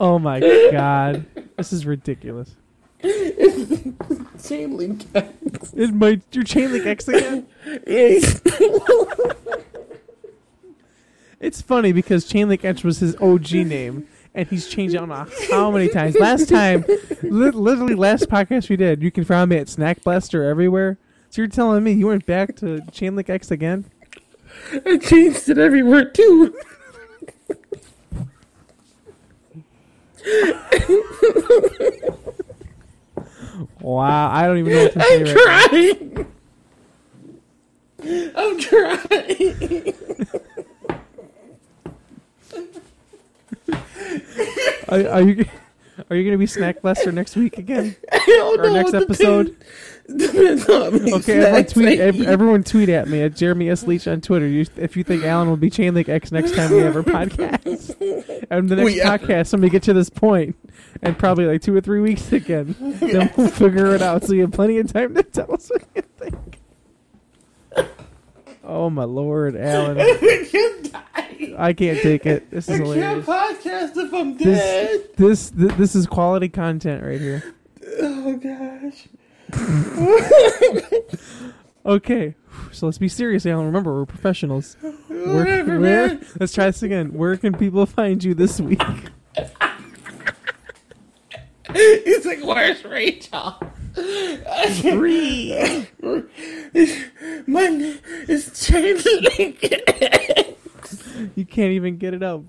Speaker 1: Oh my god. This is ridiculous.
Speaker 2: Chain link fence.
Speaker 1: It might your chain link X again? It's funny because Chain Link X was his OG name, and he's changed it on how many times. Last time, li- literally last podcast we did, you can find me at Snack Blaster everywhere. So you're telling me you went back to Chain Link X again?
Speaker 2: I changed it everywhere too.
Speaker 1: Wow, I don't even know what to say.
Speaker 2: I'm
Speaker 1: Right now.
Speaker 2: trying. I'm trying.
Speaker 1: Are, are you are you gonna be Snack Blaster next week again?
Speaker 2: I don't
Speaker 1: Our
Speaker 2: know
Speaker 1: next
Speaker 2: what the
Speaker 1: episode?
Speaker 2: pin- Depends on how many
Speaker 1: Okay, everyone
Speaker 2: snacks
Speaker 1: tweet
Speaker 2: I
Speaker 1: ev-
Speaker 2: eat.
Speaker 1: everyone tweet at me at Jeremy S Leach on Twitter. You, if you think Alan will be Chain Link X next time we have our podcast, and the next
Speaker 2: We-
Speaker 1: podcast when we get to this point, and probably like two or three weeks again, then we'll figure it out. So you have plenty of time to tell us what you think. Oh my lord, Alan!
Speaker 2: I can't die.
Speaker 1: I can't take it. This
Speaker 2: I
Speaker 1: is
Speaker 2: can't
Speaker 1: hilarious.
Speaker 2: podcast if I'm dead.
Speaker 1: This this th- this is quality content right here.
Speaker 2: Oh gosh.
Speaker 1: Okay, so let's be serious, Alan. Remember, we're professionals. Where-
Speaker 2: Whatever,
Speaker 1: where-
Speaker 2: man.
Speaker 1: Let's try this again. Where can people find you this week?
Speaker 2: He's like, where's Rachel? Three. My name is James Lincoln.
Speaker 1: You can't even get it out.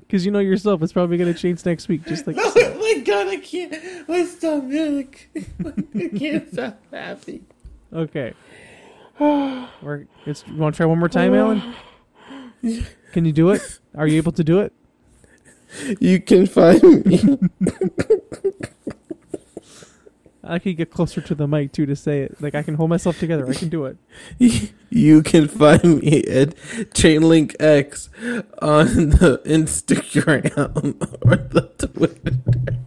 Speaker 1: Because you know yourself, it's probably going to change next week. Just like,
Speaker 2: Oh my god, I can't. My stomach. I can't stop laughing.
Speaker 1: okay. We're, it's, you want to try one more time, Alan? Can you do it? Are you able to do it?
Speaker 2: You can find me.
Speaker 1: I could get closer to the mic, too, to say it. Like, I can hold myself together. I can do it.
Speaker 2: You can find me at Chainlink X on the Instagram or the Twitter.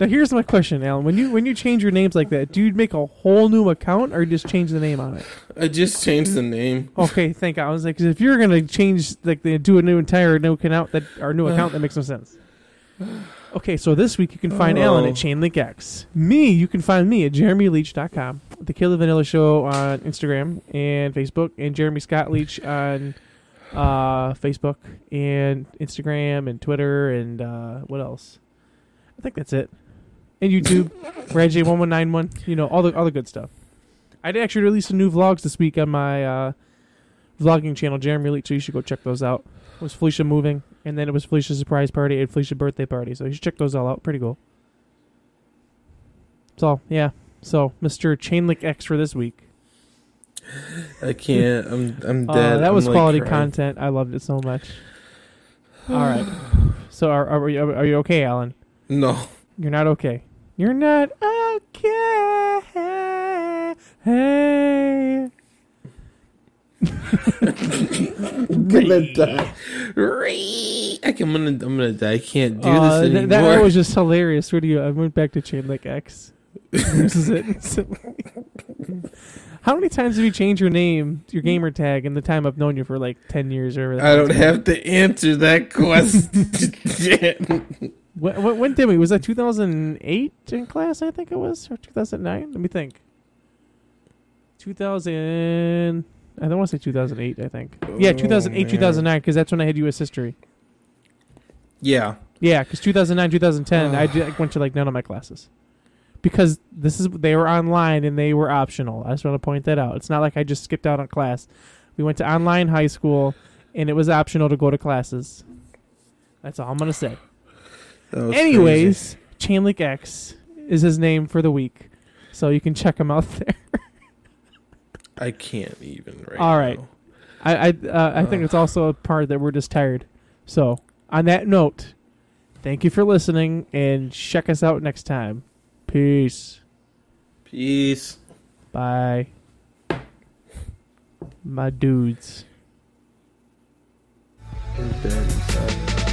Speaker 1: Now, here's my question, Alan. When you when you change your names like that, do you make a whole new account or just change the name on it?
Speaker 2: I just changed the name.
Speaker 1: Okay, thank God. I was like, 'cause if you're gonna change, like, they do a new entire new account that our new account, that makes no sense. Okay, so this week you can find Alan
Speaker 2: Oh.
Speaker 1: at Chainlink X. Me, you can find me at jeremyleach.com. The Kill the Vanilla Show on Instagram and Facebook, and Jeremy Scott Leach on uh, Facebook and Instagram and Twitter and uh, what else? I think that's it. And YouTube, Reggie one one nine one. You know all the all the good stuff. I did actually release some new vlogs this week on my uh, vlogging channel, Jeremy Leach. So you should go check those out. It was Felicia moving, and then it was Felicia's surprise party and Felicia birthday party. So you should check those all out. Pretty cool. So yeah. So Mr. Chainlink X for this week.
Speaker 2: I can't. I'm I'm
Speaker 1: Uh,
Speaker 2: dead.
Speaker 1: that
Speaker 2: I'm,
Speaker 1: was
Speaker 2: like,
Speaker 1: quality
Speaker 2: crying.
Speaker 1: content. I loved it so much. All right. So are are, we, are you okay, Alan?
Speaker 2: No.
Speaker 1: You're not okay. You're not okay. Hey.
Speaker 2: I'm gonna die. Ree. I can, I'm gonna I'm gonna die. I can't do
Speaker 1: Uh,
Speaker 2: this
Speaker 1: th-
Speaker 2: anymore.
Speaker 1: that was just hilarious video. I went back to Chain Link X. this is it. How many times have you changed your name, your gamer tag, in the time I've known you for like ten years or? whatever?
Speaker 2: I don't have to answer that question.
Speaker 1: When, when, when did we? Was that 2008 in class? I think it was, or 2009. Let me think. 2000. I don't want to say 2008. I think. yeah,
Speaker 2: Oh,
Speaker 1: 2008,
Speaker 2: man.
Speaker 1: 2009, because that's when I had U.S. history.
Speaker 2: yeah.
Speaker 1: Yeah, because 2009, 2010, I did- I went to like none of my classes because this is they were online and they were optional. I just want to point that out. It's not like I just skipped out on class. We went to online high school, and it was optional to go to classes. That's all I'm gonna say.
Speaker 2: That was crazy.
Speaker 1: Anyways, Chainlink X is his name for the week, so you can check him out there.
Speaker 2: I can't even right.
Speaker 1: All right.
Speaker 2: now.
Speaker 1: I I, uh, I think it's also a part that we're just tired. So on that note, thank you for listening and check us out next time. Peace.
Speaker 2: Peace.
Speaker 1: Bye. My dudes.
Speaker 2: I'm dead inside.